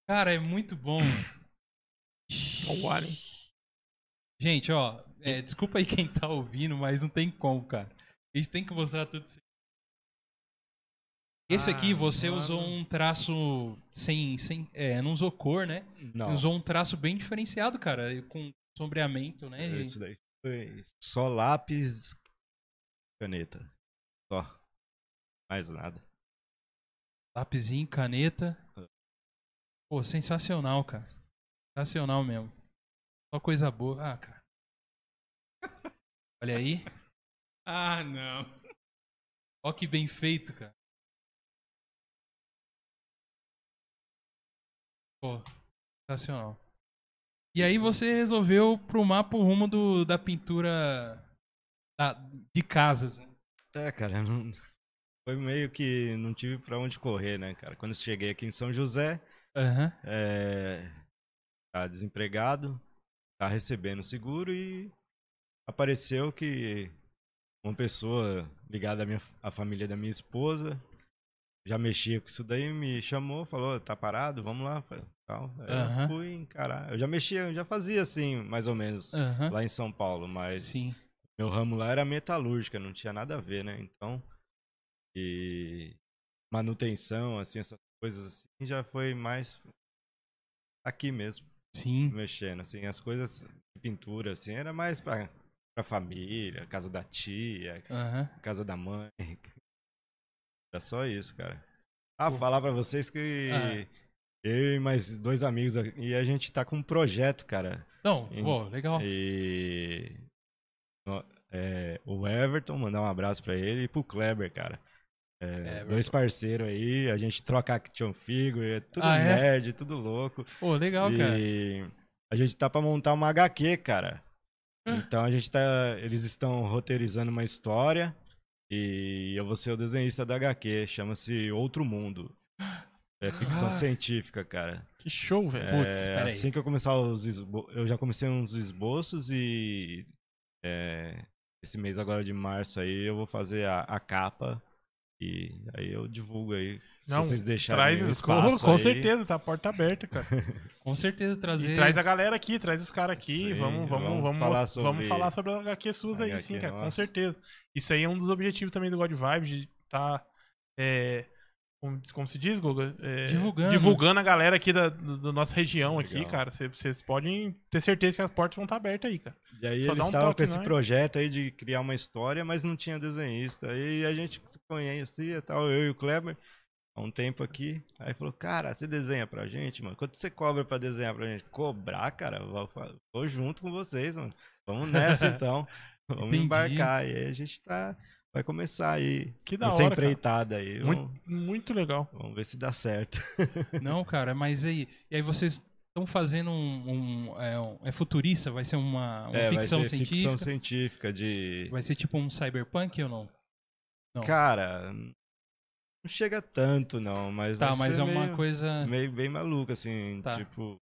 S1: Cara, é muito bom.
S2: Ó, o Alien.
S1: Gente, ó, é, desculpa aí quem tá ouvindo, mas não tem como, cara. A gente tem que mostrar tudo isso. Esse
S3: Ah,
S1: aqui, você
S3: mano.
S1: usou um traço sem. sem é, não usou cor, né?
S4: Não.
S1: Usou um traço bem diferenciado, cara. Com sombreamento, né?
S4: É, Isso daí foi só lápis, caneta. Só. Mais nada. É.
S1: Lapisinho, caneta. Pô, sensacional, cara. Sensacional mesmo. Só coisa boa. Ah, cara. Olha aí.
S3: Ah, não.
S1: Ó que bem feito, cara. Pô, sensacional. E aí você resolveu prumar pro rumo do, da pintura da- de casas. né?
S4: É, cara, eu não- foi meio que não tive pra onde correr, né, cara? Quando eu cheguei aqui em São José,
S1: Aham.
S4: é, tá desempregado, tá recebendo seguro e apareceu que uma pessoa ligada à, minha, à família da minha esposa já mexia com isso daí, me chamou, falou, tá parado, vamos lá, pô", tal. Aí
S1: Aham.
S4: Eu fui encarar. Eu já mexia, eu já fazia assim, mais ou menos,
S1: Aham.
S4: lá em São Paulo, mas
S1: Sim.
S4: meu ramo lá era metalúrgica, não tinha nada a ver, né? Então, e manutenção, assim, essas coisas assim, já foi mais aqui mesmo,
S1: Sim.
S4: mexendo, assim, as coisas de pintura, assim, era mais pra, pra família, casa da tia,
S1: Aham.
S4: casa da mãe. Era só isso, cara. Ah,
S1: Pô.
S4: falar pra vocês que
S1: Ah.
S4: eu e mais dois amigos, e a gente tá com um projeto, cara.
S1: Então,
S4: Em-
S1: pô, legal.
S4: E no- é, o Everton, mandar um abraço pra ele e pro Kleber, cara. É,
S1: Everton.
S4: dois parceiros aí, a gente troca action figure, é tudo
S1: Ah, é?
S4: nerd, tudo louco.
S1: Pô, legal, cara.
S4: e a gente tá pra montar uma HQ, cara.
S1: Ah.
S4: Então a gente tá. Eles estão roteirizando uma história e eu vou ser o desenhista da HQ, chama-se Outro Mundo. É ficção
S1: Nossa.
S4: científica, cara.
S2: Que show, velho.
S1: Putz,
S4: É,
S1: peraí.
S4: assim que eu começar os esbo... eu já comecei uns esboços e é, esse mês agora de março aí eu vou fazer a, a capa e aí eu divulgo aí.
S2: Não,
S4: se vocês deixarem
S2: Traz,
S4: o
S2: com,
S4: espaço
S2: com
S4: aí.
S2: certeza, tá a porta aberta, cara.
S1: Com certeza trazer.
S2: E traz a galera aqui, traz os caras aqui,
S4: Sim,
S2: vamos, vamos, vamos,
S4: vamos
S2: vamos
S4: falar
S2: falar sobre,
S4: sobre-
S2: as HQ suas aí,
S4: HQ
S2: sim, cara, com
S4: nossa.
S2: certeza. Isso aí é um dos objetivos também do God Vibes, de tá, é, como, como se diz, Guga? É,
S1: Divulgando.
S2: Divulgando a galera aqui da, do, do nossa região aqui,
S4: Legal.
S2: cara. Vocês podem ter certeza que as portas vão estar abertas aí, cara.
S4: E aí
S2: Só dá
S4: eles
S2: um
S4: estavam
S2: toque
S4: com esse
S2: nós.
S4: projeto aí de criar uma história, mas não tinha desenhista. E a gente se conhecia tal, eu e o Kleber, há um tempo aqui. Aí falou, cara, você desenha pra gente, mano? Quanto você cobra pra desenhar pra gente? Cobrar, cara, eu vou, fa- vou junto com vocês, mano. Vamos nessa então. Vamos
S1: Entendi.
S4: embarcar. E aí a gente tá. Vai começar aí.
S2: Que da
S4: Essa
S2: hora, cara.
S4: empreitada aí.
S2: Muito,
S4: Vamos,
S2: muito legal.
S4: vamos ver se dá certo.
S1: Não, cara, mas aí. E aí vocês estão fazendo um. um- é, um- é futurista? Vai ser uma, uma
S4: É, vai
S1: ficção
S4: ser
S1: científica?
S4: Ficção científica de.
S1: Vai ser tipo um cyberpunk ou não? Não.
S4: Cara, não chega tanto não, mas
S1: Tá,
S4: vai
S1: mas
S4: ser
S1: é uma
S4: meio,
S1: coisa.
S4: meio bem maluca assim,
S1: Tá.
S4: tipo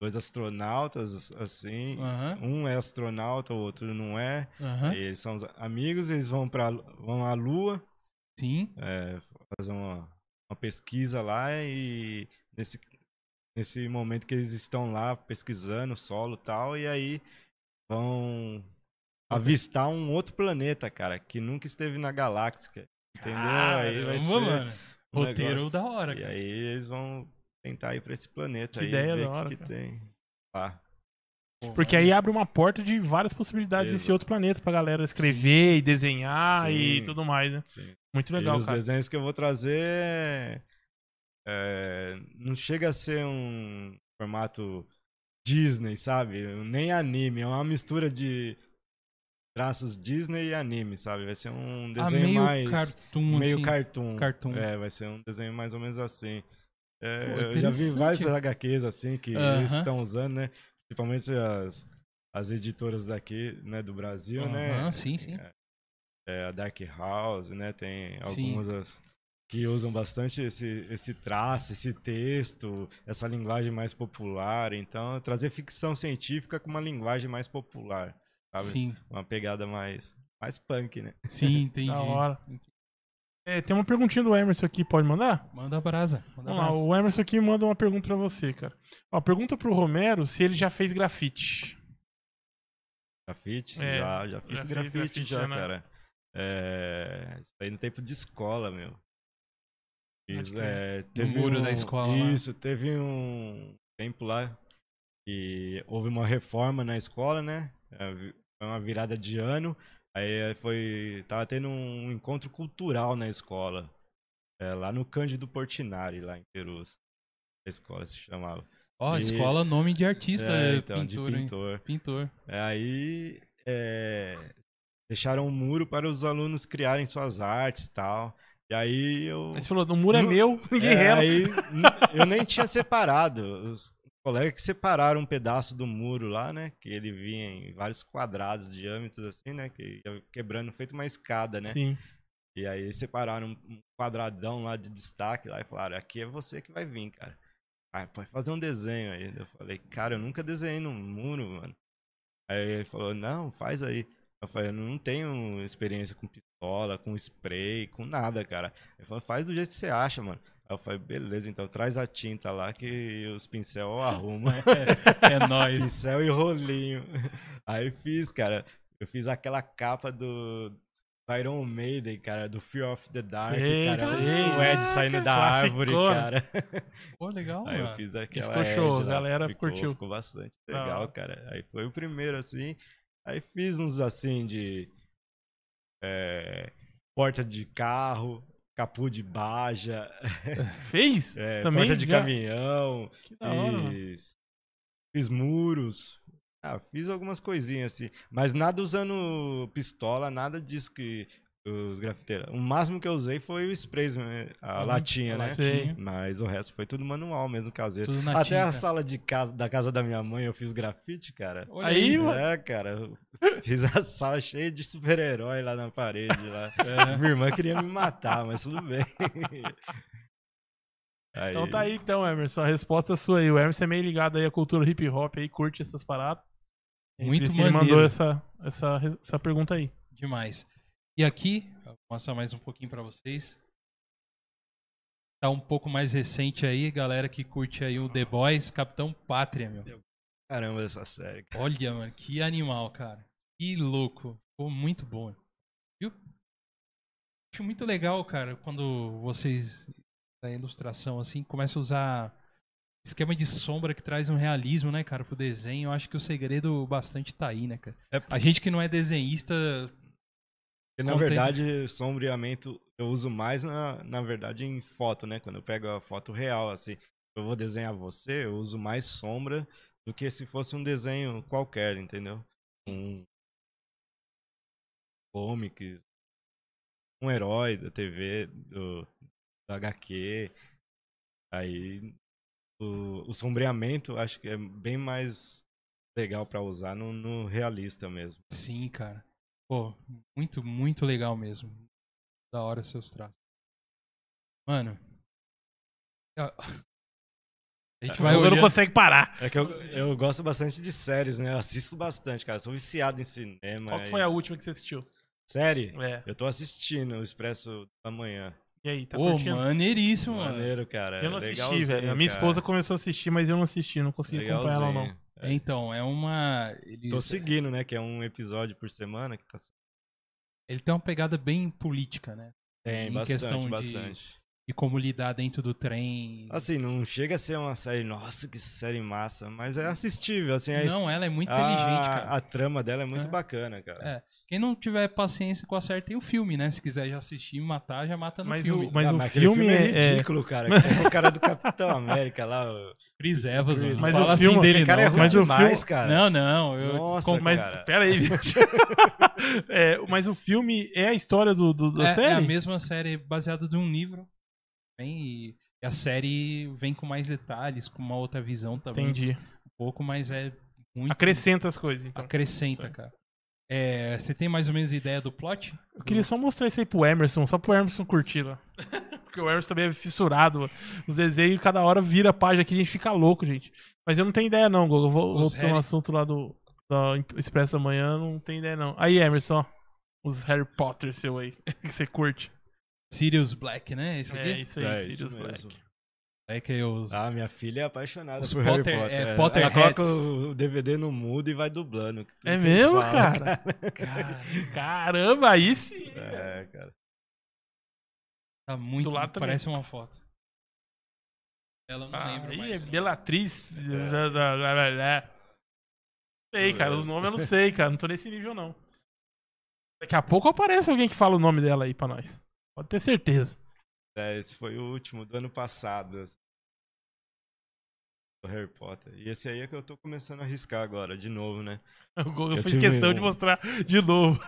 S4: dois astronautas assim,
S1: Aham,
S4: um é astronauta, o outro não é,
S1: aham.
S4: e eles são os amigos, eles vão para vão à Lua
S1: Sim.
S4: é, fazer uma, uma pesquisa lá e nesse nesse momento que eles estão lá pesquisando o solo e tal e aí vão avistar um outro planeta, cara, que nunca esteve na galáxia. Entendeu? aí vai
S1: Caramba,
S4: ser
S1: Ah, mano.
S4: um
S1: Roteiro
S4: negócio.
S1: da hora,
S4: E
S1: cara.
S4: aí eles vão tentar ir pra esse planeta
S2: Que
S4: aí,
S2: ideia
S4: ver
S2: da
S4: o que
S2: hora,
S4: que,
S2: cara.
S4: tem. lá.
S1: Pô,
S2: Porque
S4: é
S2: aí abre uma porta de várias possibilidades desse
S4: Exato.
S2: outro planeta pra galera escrever e desenhar e
S4: Sim.
S2: tudo mais, né?
S4: Sim.
S2: Muito
S4: E
S2: legal,
S4: os
S2: cara.
S4: desenhos que eu vou trazer é, não chega a ser um formato Disney, sabe? Nem anime, é uma mistura de traços Disney e anime, sabe? Vai ser um
S1: Ah,
S4: desenho
S1: meio
S4: mais
S1: cartoon,
S4: meio
S1: assim.
S4: cartoon.
S1: cartoon.
S4: É, vai ser um desenho mais ou menos assim. É,
S1: Pô,
S4: eu já vi
S1: interessante.
S4: vários HQs assim que eles
S1: Aham.
S4: estão usando, né? Principalmente as, as editoras daqui, né, do Brasil,
S1: Aham,
S4: né?
S1: sim, sim.
S4: É, a Dark House, né? Tem
S1: Sim.
S4: algumas as- que usam bastante esse, esse traço, esse texto, essa linguagem mais popular. Então, trazer ficção científica com uma linguagem mais popular, sabe?
S1: Sim,
S4: Uma pegada mais, mais punk, né?
S1: sim, entendi.
S2: Da hora. É, tem uma perguntinha do Emerson aqui, pode mandar?
S1: Manda brasa. Manda
S2: Vamos lá,
S1: brasa.
S2: o Emerson aqui manda uma pergunta pra você, cara. Ó, pergunta pro Romero se ele já fez grafite.
S4: Grafite?
S2: É,
S4: já, já fiz
S2: já fiz
S4: grafite,
S2: grafite,
S4: já,
S2: né?
S4: cara. É, isso aí no tempo de escola, meu. Fiz,
S2: Pode crer.
S4: é, teve
S1: muro
S4: um-
S1: da escola lá.
S4: Isso, teve um tempo lá que houve uma reforma na escola, né? É, vi- Foi uma virada de ano. Aí é, foi. Tava tendo um encontro cultural na escola. é, lá no Cândido Portinari, lá em Perus. a escola se chamava.
S1: Ó,
S4: E-
S1: escola, nome de artista,
S4: é,
S1: é,
S4: então,
S1: pintor,
S4: de
S1: hein?
S4: pintor.
S1: Pintor.
S4: Aí é, deixaram um muro para os alunos criarem suas artes e tal. E aí eu.
S2: Aí você falou, o muro é
S4: Não-
S2: meu, ninguém
S4: é,
S2: rela.
S4: aí, n- eu nem tinha separado. Os colegas que separaram um pedaço do muro lá, né? Que ele vinha em vários quadrados, diâmetros assim, né? Que ia quebrando, feito uma escada, né?
S2: Sim.
S4: E aí separaram um quadradão lá de destaque lá e falaram, aqui é você que vai vir, cara. Ah, pode fazer um desenho aí. Eu falei, cara, eu nunca desenhei num muro, mano. Aí ele falou, não, faz aí. Eu falei, eu não tenho experiência com pistola, com spray, com nada, cara. Ele falou, faz do jeito que você acha, mano. Aí eu falei, beleza, então traz a tinta lá que os pincel eu arrumo.
S1: É nóis.
S4: pincel e rolinho. Aí fiz, cara. Eu fiz aquela capa do do Iron Maiden, cara, do Fear of the Dark,
S2: Sei,
S4: Ah, cara.
S2: sei.
S4: O Ed saindo da árvore,
S2: Classicona.
S4: cara.
S1: Pô, legal,
S4: Aí eu
S1: mano.
S4: fiz aquela
S2: ficou show,
S4: Ed
S2: a
S4: lá,
S2: galera
S4: ficou,
S2: curtiu.
S4: Ficou bastante
S2: Da
S4: legal,
S2: hora.
S4: cara. Aí foi o primeiro, assim. Aí fiz uns, assim, de... é, porta de carro, capô de baja,
S2: Fez?
S4: é,
S2: Também
S4: porta de
S2: já-
S4: caminhão.
S2: Que da hora, mano.
S4: Fiz, fiz muros. Ah, fiz algumas coisinhas assim. Mas nada usando pistola, nada disso que os grafiteiros. O máximo que eu usei foi o spray, né, a
S1: Uhum,
S4: latinha, né?
S2: Sei.
S4: Mas o resto foi tudo manual mesmo, caseiro.
S1: Tudo na
S4: Até a
S1: tinta.
S4: sala de casa, da casa da minha mãe eu fiz grafite, cara.
S1: Olha
S2: Aí, mano.
S4: É, cara. eu Fiz a sala cheia de super-herói lá na parede. Lá.
S1: É.
S4: Minha irmã queria me matar, mas tudo bem. Aí-
S2: Então tá aí então, Emerson. A resposta é sua aí. O Emerson é meio ligado aí à cultura hip hop aí, curte essas paradas. E por
S1: Muito
S2: isso que ele
S1: maneiro.
S2: mandou essa, essa, essa pergunta aí.
S1: Demais. E aqui, vou mostrar mais um pouquinho pra vocês. Tá um pouco mais recente aí, galera que curte aí o The Boys, Capitão Pátria, meu.
S4: Caramba, essa série.
S1: Olha, mano, que animal, cara. Que louco. Ficou muito bom. Viu? Acho muito legal, cara, quando vocês, da ilustração, assim, começam a usar esquema de sombra que traz um realismo, né, cara, pro desenho. Eu acho que o segredo bastante tá aí, né, cara.
S4: É
S1: A gente que não é desenhista,
S4: Porque, na
S1: Contente.
S4: verdade, sombreamento eu uso mais, na, na verdade, em foto, né? Quando eu pego a foto real, assim. Eu vou desenhar você, eu uso mais sombra do que se fosse um desenho qualquer, entendeu? Um comics, um herói da TV, do, do HQ. Aí o, o sombreamento acho que é bem mais legal pra usar no- no realista mesmo.
S1: sim, cara. Pô, muito, muito legal mesmo. Da hora seus traços. Mano. a- A gente vai
S2: o Hugo
S1: olhando...
S2: não consegue parar.
S4: É que eu, eu gosto bastante de séries, né? Eu assisto bastante, cara. Sou viciado em cinema.
S2: Qual que
S4: e-
S2: foi a última que você assistiu?
S4: Série?
S2: É.
S4: Eu tô assistindo o Expresso da Manhã.
S2: E aí, tá
S1: Pô,
S2: curtindo?
S1: maneiríssimo, mano.
S4: Maneiro, cara.
S2: Eu não assisti,
S4: É, Legalzinho,
S2: velho. A minha
S4: cara.
S2: esposa começou a assistir, mas eu não assisti, não consegui acompanhar ela, não.
S4: Legalzinho.
S1: É, Então, é uma. Ele,
S4: Tô seguindo, né? Que é um episódio por semana que tá
S1: ele tem uma pegada bem política, né?
S4: Tem,
S1: em
S4: bastante,
S1: questão de-
S4: bastante.
S1: De como lidar dentro do trem.
S4: Assim, não chega a ser uma série, nossa, que série massa, mas é assistível, assim. É
S1: não, ela é muito
S4: a-
S1: inteligente, cara.
S4: A trama dela é muito
S1: É.
S4: bacana, cara. Ah,
S1: É. Quem não tiver paciência com a série, tem o filme, né? Se quiser já assistir e matar, já mata Tá no
S2: Mas
S1: filme.
S2: o- mas-
S4: Ah, aquele
S2: filme é- é-
S4: é ridículo, cara. É o cara do Capitão América lá, o-
S1: Chris Evans, mano.
S2: Mas
S1: não
S2: o
S1: fala
S2: filme-
S1: assim dele,
S4: Aquele cara é
S1: não.
S4: ruim
S2: Mas o
S4: demais,
S2: filme-
S4: cara.
S1: Não, não. Eu
S4: Nossa,
S1: desconto-
S2: Mas,
S4: Cara.
S2: pera aí, bicho. É, mas o filme é a história do, do- da
S1: é, é a
S2: série?
S1: mesma série baseada de um livro. Vem e. e a série vem com mais detalhes, com uma outra visão também,
S2: Entendi.
S1: um pouco, mas é muito
S2: Acrescenta as coisas, então.
S1: Acrescenta,
S2: Isso aí.
S1: cara. É, você tem mais ou menos ideia do plot?
S2: Eu queria só mostrar isso aí pro Emerson, só pro Emerson curtir lá. Porque o Emerson também é fissurado. mano. Os desenhos, cada hora vira a página aqui, a gente fica louco, gente. Mas eu não tenho ideia, não, Gogo. Eu vou, vou
S1: Os
S2: pro
S1: Harry-
S2: assunto lá do, do Expresso da Manhã, eu não tenho ideia, não. Aí, Emerson, ó. Os Harry Potter seu aí, que você curte.
S1: Sirius Black, né? Esse
S2: É
S1: aqui?
S2: isso aí,
S4: É, isso
S2: Sirius Black.
S4: mesmo.
S1: É que eu...
S4: Ah, minha filha é apaixonada
S1: Os
S4: por
S1: Potter-
S4: Harry Potter.
S1: é,
S4: é.
S1: Potterheads.
S4: Ela coloca o DVD no mudo e vai dublando. tudo que
S2: É
S4: eles
S2: mesmo,
S4: falam,
S2: cara? Caramba, aí sim.
S4: É, cara.
S1: Tá muito...
S2: Do lado também.
S1: parece uma foto. Ela eu não
S2: Ah,
S1: lembro
S2: aí
S1: mais.
S2: é Belatriz. blá, blá, blá, blá, blá. Sei,
S4: Isso
S2: cara.
S4: mesmo.
S2: Os nomes eu não sei, cara. Não tô nesse nível, não. Daqui a pouco aparece alguém que fala o nome dela aí pra nós. Pode ter certeza.
S4: É, esse foi o último do ano passado. assim, do Harry Potter. E esse aí é que eu tô começando a arriscar agora, de novo, né?
S2: Eu,
S4: Eu
S2: fiz
S4: tive
S2: questão
S4: um-
S2: de mostrar de novo.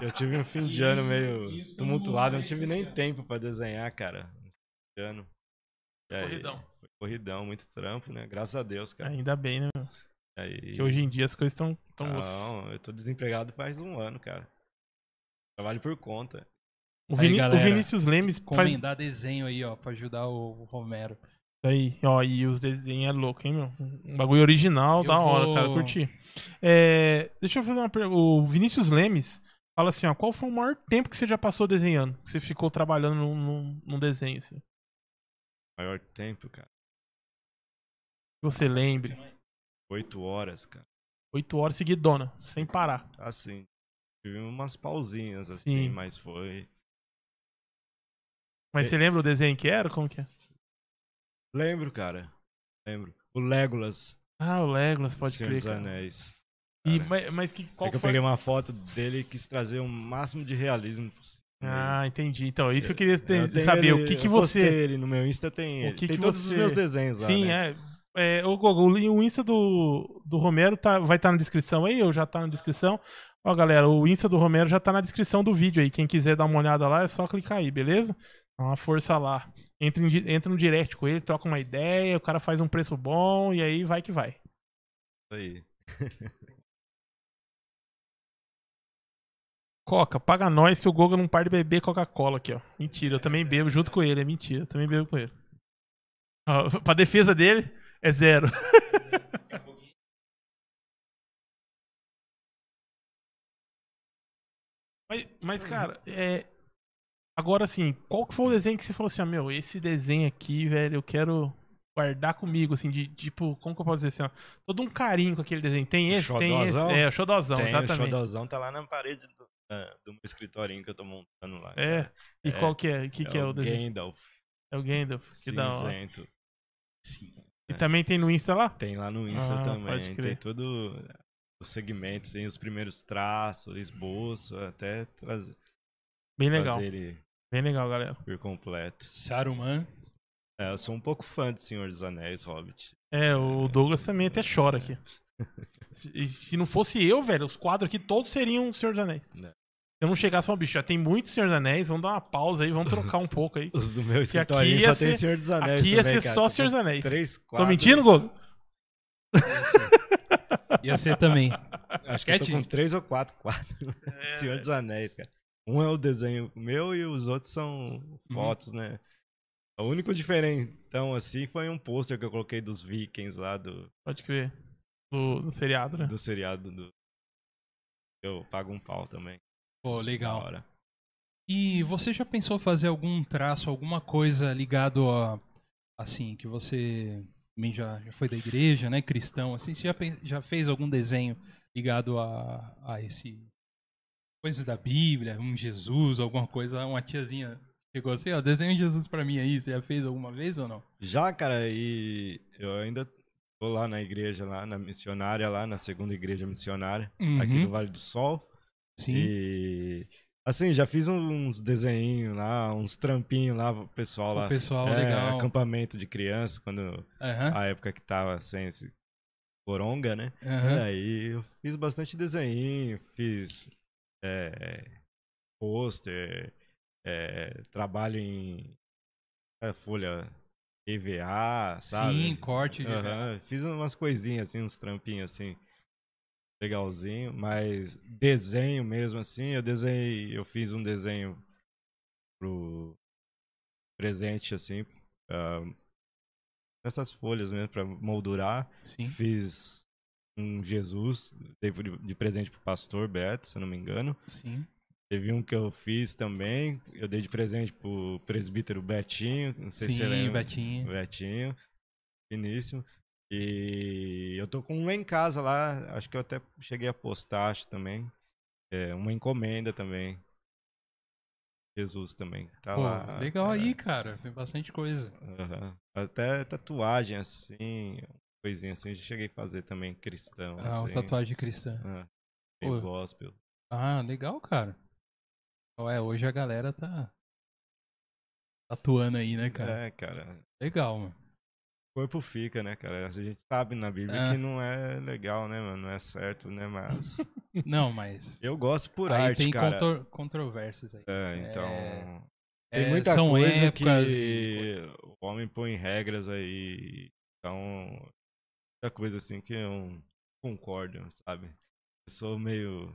S4: Eu tive um fim de ano
S1: Isso,
S4: meio
S1: isso,
S4: tumultuado,
S1: não
S4: não
S1: sei
S4: tive
S1: se
S4: nem
S1: é.
S4: tempo pra desenhar, cara. Esse ano. E
S1: É,
S4: aí,
S2: Corridão.
S1: então.
S4: Foi corridão, muito trampo, né? Graças a Deus, cara.
S2: Ainda bem, né? meu?
S4: E aí,
S2: Que hoje em dia as coisas estão.
S4: não, Então, eu tô desempregado faz um ano, cara. Trabalho por conta.
S2: O,
S1: Aí,
S2: Vini- o
S1: galera,
S2: Vinícius Lemes faz isso
S1: Comendar desenho aí, ó, pra ajudar o Romero.
S2: aí. Ó, e os desenhos é louco, hein, meu? Um bagulho original,
S1: Eu
S2: da hora,
S1: vou-
S2: cara. Curti. É, deixa eu fazer uma pergunta. O Vinícius Lemes fala assim, ó. Qual foi o maior tempo que você já passou desenhando? Que você ficou trabalhando num, num- num desenho, assim? Que
S4: Maior tempo, cara.
S2: você lembre.
S4: Oito horas, cara.
S2: Oito horas seguidona, sem parar.
S4: Assim. Tive umas pausinhas, assim,
S2: Sim.
S4: mas foi.
S2: Mas
S4: É.
S2: você lembra o desenho que era? Como que é?
S4: Lembro, cara. Lembro. O Legolas.
S2: Ah, o Legolas, pode
S4: Senhor
S2: crer,
S4: dos
S2: cara.
S4: Anéis.
S2: E,
S4: cara.
S2: mas mas que, qual
S4: é que eu
S2: foi
S4: peguei uma foto dele e quis trazer o máximo de realismo possível.
S2: Ah, entendi. Então, isso que eu queria ter-
S4: Eu tenho
S2: saber.
S4: ele-
S2: o que, que
S4: eu postei
S2: você.
S4: ele no meu Insta tem
S2: O
S4: ele.
S2: que
S4: tem
S2: que
S4: todos
S2: você-
S4: os meus desenhos lá,
S2: Sim,
S4: né?
S2: é. é ô, Gogo, o, o Insta do, do Romero tá, vai estar na descrição aí, ou já tá na descrição. Ó, galera, o Insta do Romero já tá na descrição do vídeo aí. Quem quiser dar uma olhada lá, é só clicar aí, beleza? Dá uma força lá. Entra, em di- entra no direct com ele, troca uma ideia, o cara faz um preço bom e aí vai que vai.
S4: Isso aí.
S2: Coca, paga nós que o Gogo não para de beber Coca-Cola aqui, ó. Mentira, eu também bebo junto com ele, é mentira, eu também bebo com ele. Ó, pra defesa dele, é zero. mas, mas, cara, é. Agora assim, qual que foi o desenho que você falou assim, ah, meu, esse desenho aqui, velho, eu quero guardar comigo, assim, de tipo, como que eu posso dizer assim, ó, todo um carinho com aquele desenho. Tem
S4: O
S2: esse, tem esse.
S4: xodózão?
S2: É, o Xodozão,
S4: Tem, o
S2: exatamente.
S4: Xodozão tá lá na parede do, ah, do meu escritorinho que eu tô montando lá.
S2: É. E
S4: É.
S2: qual que é? O que, que é o desenho?
S4: Gandalf,
S2: É o Gandalf. Que da hora.
S4: cinzento.
S2: E
S4: É.
S2: também tem no Insta lá?
S4: Tem lá no Insta
S2: Ah, pode
S4: também. Tem
S2: crer.
S4: todo os segmentos, tem os primeiros traços, esboço, até trazer,
S2: Bem legal.
S4: trazer ele
S2: Bem legal, galera.
S4: por completo.
S1: Saruman.
S4: É, eu sou um pouco fã de Senhor dos Anéis, Hobbit.
S2: É, o Douglas também até chora aqui. E se não fosse eu, velho, os quadros aqui todos seriam Senhor dos Anéis.
S4: Né.
S2: Se eu não chegasse e falar, bicho, já tem muito Senhor dos Anéis, vamos dar uma pausa aí, vamos trocar um pouco aí.
S4: Os do meu
S2: aqui
S4: escritorinho
S2: ia
S4: só tem
S2: ser-
S4: Senhor dos Anéis
S2: Aqui ia
S4: também,
S2: ser
S4: cara.
S2: só
S4: Tô
S2: Senhor dos Anéis.
S4: Três,
S2: Tô
S4: quatro.
S2: mentindo, Gogo?
S1: Ia ser também.
S4: Acho que eu tô
S1: Quietinho. É.
S4: com três ou quatro quadros. né? Senhor dos Anéis, cara. Um é o desenho meu e os outros são
S1: Uhum.
S4: fotos, né? O único diferentão, assim, foi um pôster que eu coloquei dos Vikings lá do,
S2: Pode crer. Do, do seriado, né?
S4: do seriado do. Eu pago um pau também.
S1: Pô,
S4: Da
S1: legal.
S4: hora.
S1: E você já pensou fazer algum traço, alguma coisa ligado a. Assim, que você também já, já foi da igreja, né? Cristão, assim. Você já, pen- já fez algum desenho ligado a, a esse. Coisas da Bíblia, um Jesus, alguma coisa. Uma tiazinha chegou assim: ó, desenha um Jesus pra mim aí. Você já fez alguma vez ou não?
S4: Já, cara, e eu ainda tô lá na igreja, lá na missionária, lá na segunda igreja missionária, aqui
S1: Uhum.
S4: no Vale do Sol.
S1: Sim.
S4: E assim, já fiz uns desenhinhos lá, uns trampinhos lá pro pessoal lá.
S1: O pessoal,
S4: É,
S1: legal. É.
S4: acampamento de criança, quando
S1: Aham,
S4: a época que tava sem esse coronga, né?
S1: aham.
S4: Aí eu fiz bastante desenho, fiz é, pôster, é, trabalho em é, folha EVA, sabe?
S1: Sim, corte de.
S4: Aham, Fiz umas coisinhas assim, uns trampinhos assim, legalzinho, mas desenho mesmo assim, eu desenhei, eu fiz um desenho pro presente assim, ah, nessas folhas mesmo pra moldurar.
S1: Sim.
S4: Fiz um Jesus, dei de, de presente pro pastor Beto, se eu não me engano.
S1: Sim.
S4: Teve um que eu fiz também, eu dei de presente pro presbítero Betinho, não sei se
S1: Sim,
S4: ele é
S1: Betinho.
S4: Betinho, finíssimo. E eu tô com uma em casa lá, acho que eu até cheguei a postar, acho também. É, uma encomenda também. Jesus também. Tá
S1: Pô,
S4: lá.
S1: legal
S4: é,
S1: aí, cara. Foi bastante coisa.
S4: aham. Até tatuagem, assim, coisinha assim, eu cheguei a fazer também cristão.
S1: Ah, o
S4: assim.
S1: tatuagem cristã.
S4: Ah, meio
S1: Pô.
S4: gospel.
S1: Ah, legal, cara. Ué, hoje a galera tá tatuando aí, né, cara?
S4: É, cara.
S1: Legal, mano.
S4: corpo fica, né, cara? A gente sabe na Bíblia
S1: É.
S4: que não é legal, né, mano? Não é certo, né? Mas
S1: Não, mas.
S4: eu gosto por
S1: aí
S4: arte,
S1: tem
S4: cara.
S1: contro- controvérsias aí.
S4: É, então.
S1: É.
S4: Tem
S1: É,
S4: muita
S1: são
S4: coisa
S1: épocas
S4: que o homem põe regras aí. Então, muita coisa assim que eu não concordo, sabe? Eu sou meio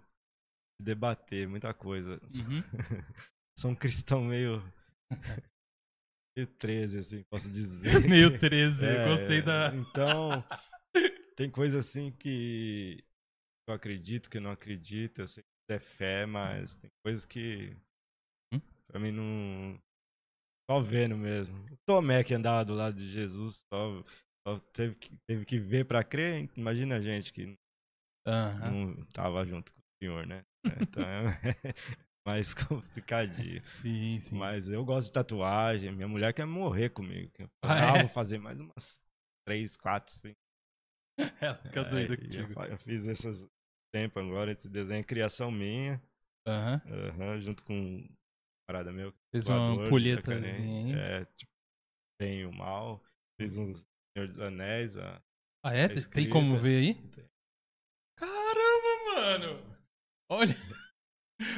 S4: de debater muita coisa.
S1: Uhum.
S4: Sou um cristão meio meio 13 assim, posso dizer.
S1: Meio 13, eu
S4: É,
S1: gostei da.
S4: Então, tem coisa assim que eu acredito, que eu não acredito, eu sei que é fé, mas tem coisas que
S1: Hum?
S4: pra mim não. Só vendo mesmo. O Tomé que andava do lado de Jesus, só, só teve, que, teve que ver pra crer. Imagina a gente que
S1: Aham.
S4: não tava junto com o Senhor, né? Então é mais complicadinho.
S1: Sim, sim.
S4: Mas eu gosto de tatuagem. Minha mulher quer morrer comigo. que eu
S1: Ah,
S4: falo,
S1: é?
S4: "Ah, vou fazer mais umas três, quatro, cinco.
S1: Ela fica
S4: É,
S1: doida
S4: e
S1: contigo.
S4: Eu, fa- eu fiz esses tempo agora, esse desenho é criação minha,
S1: Aham.
S4: aham, junto com um parada meu.
S1: Fez uma ampulheta.
S4: É, tipo, bem e o mal. Fiz
S1: Hum.
S4: um Senhor dos Anéis. A... é,
S1: Ah, é?
S4: tá
S1: Tem
S4: escrita.
S1: como ver aí? Caramba, mano! Olha!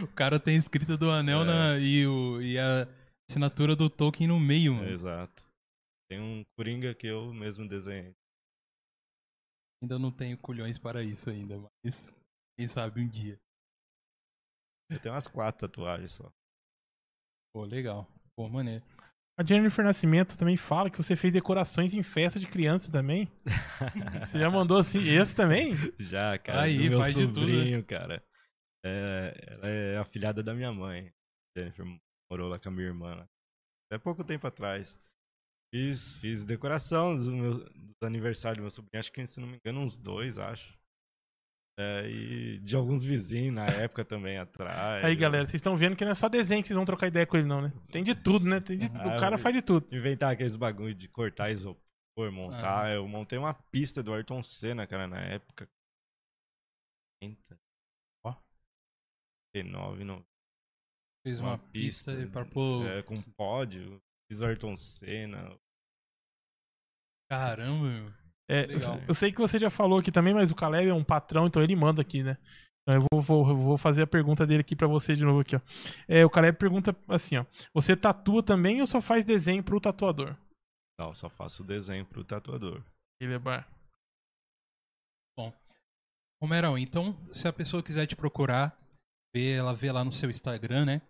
S1: O cara tem a escrita do anel
S4: É.
S1: na, e, o, e a assinatura do Tolkien no meio, mano.
S4: Exato. Tem um Coringa que eu mesmo desenhei.
S1: Ainda não tenho culhões para isso ainda, mas quem sabe um dia.
S4: Eu tenho umas quatro tatuagens só.
S1: Pô, legal. Pô, maneiro.
S2: A Jennifer Nascimento também fala que você fez decorações em festa de criança também. Você já mandou assim, esse também?
S4: Já, cara.
S1: Aí,
S4: do meu
S1: faz de tudo, né?
S4: sobrinho, cara. É, ela é afilhada da minha mãe. Jennifer morou lá com a minha irmã. né? Até pouco tempo atrás. Fiz, fiz decoração dos, meus, dos aniversários do meu sobrinho. Acho que, se não me engano, uns dois, acho. É, e de alguns vizinhos na época também atrás.
S2: Aí, galera, vocês estão vendo que não é só desenho que vocês vão trocar ideia com ele, não, né? Tem de tudo, né? Tem de-
S4: Ah,
S2: o cara
S4: eu-
S2: faz de tudo.
S4: Inventar aqueles bagulho de cortar isopor, montar. Eu montei uma pista do Ayrton Senna, cara, na época. 80.
S1: Ó.
S4: 39, não.
S1: Fez uma, pista,
S4: pista,
S1: para pôr.
S4: É, com pódio. Fiz o Ayrton Senna.
S1: Caramba, meu.
S2: É,
S1: Legal.
S2: eu sei que você já falou aqui também, mas o Caleb é um patrão, então ele manda aqui, né? Então eu vou, vou- eu vou fazer a pergunta dele aqui pra você de novo aqui, ó. É, o Caleb pergunta assim, ó. Você tatua também ou só faz desenho pro tatuador?
S4: Não, só faço o desenho pro tatuador.
S2: Ele é bar.
S1: Romerão, então, se a pessoa quiser te procurar, vê, ela vê lá no seu Instagram, né?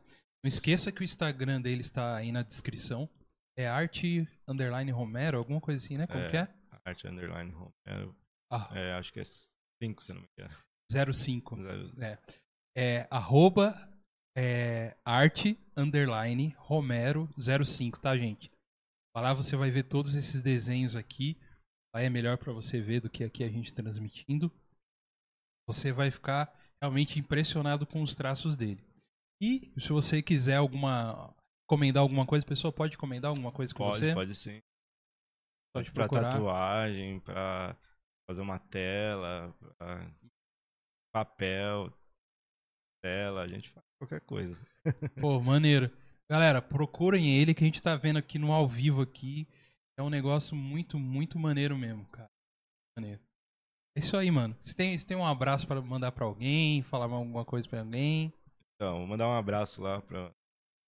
S1: Não esqueça que o Instagram dele está aí na descrição. É arte underline Romero, alguma coisa assim, né? Como
S4: É.
S1: que é?
S4: Arte underline Romero.
S1: Ah,
S4: É, acho que é 5, se não me engano.
S1: 05.
S4: Zero-
S1: É arroba é, arte underline Romero 05, tá, gente? Lá você vai ver todos esses desenhos aqui. Lá é melhor pra você ver do que aqui a gente transmitindo. Você vai ficar realmente impressionado com os traços dele. E se você quiser alguma comendar alguma coisa, a pessoa pode comendar alguma coisa com
S4: Pode,
S1: você?
S4: pode sim.
S1: Pode
S4: Pra
S1: procurar.
S4: tatuagem, pra fazer uma tela, pra papel, tela, a gente faz qualquer coisa.
S1: Pô, maneiro. Galera, procurem ele que a gente tá vendo aqui no ao vivo aqui. É um negócio muito, muito maneiro mesmo, cara. Maneiro. É isso aí, mano. Você tem, você tem um abraço pra mandar pra alguém, falar alguma coisa pra alguém?
S4: Então, vou mandar um abraço lá pra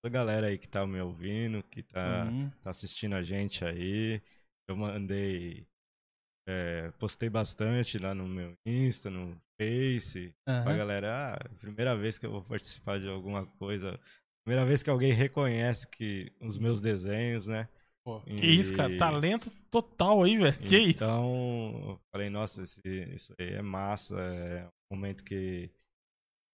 S4: toda a galera aí que tá me ouvindo, que tá,
S1: Uhum.
S4: tá assistindo a gente aí. Eu mandei. é, postei bastante lá no meu Insta, no Face. Pra
S1: Aham.
S4: galera, ah, primeira vez que eu vou participar de alguma coisa. Primeira vez que alguém reconhece que os meus desenhos, né?
S1: Pô,
S2: Que isso, cara? Tá
S4: E-
S2: Talento total aí, velho. Que isso?
S4: Então, eu falei, nossa, esse- isso aí é massa, é um momento que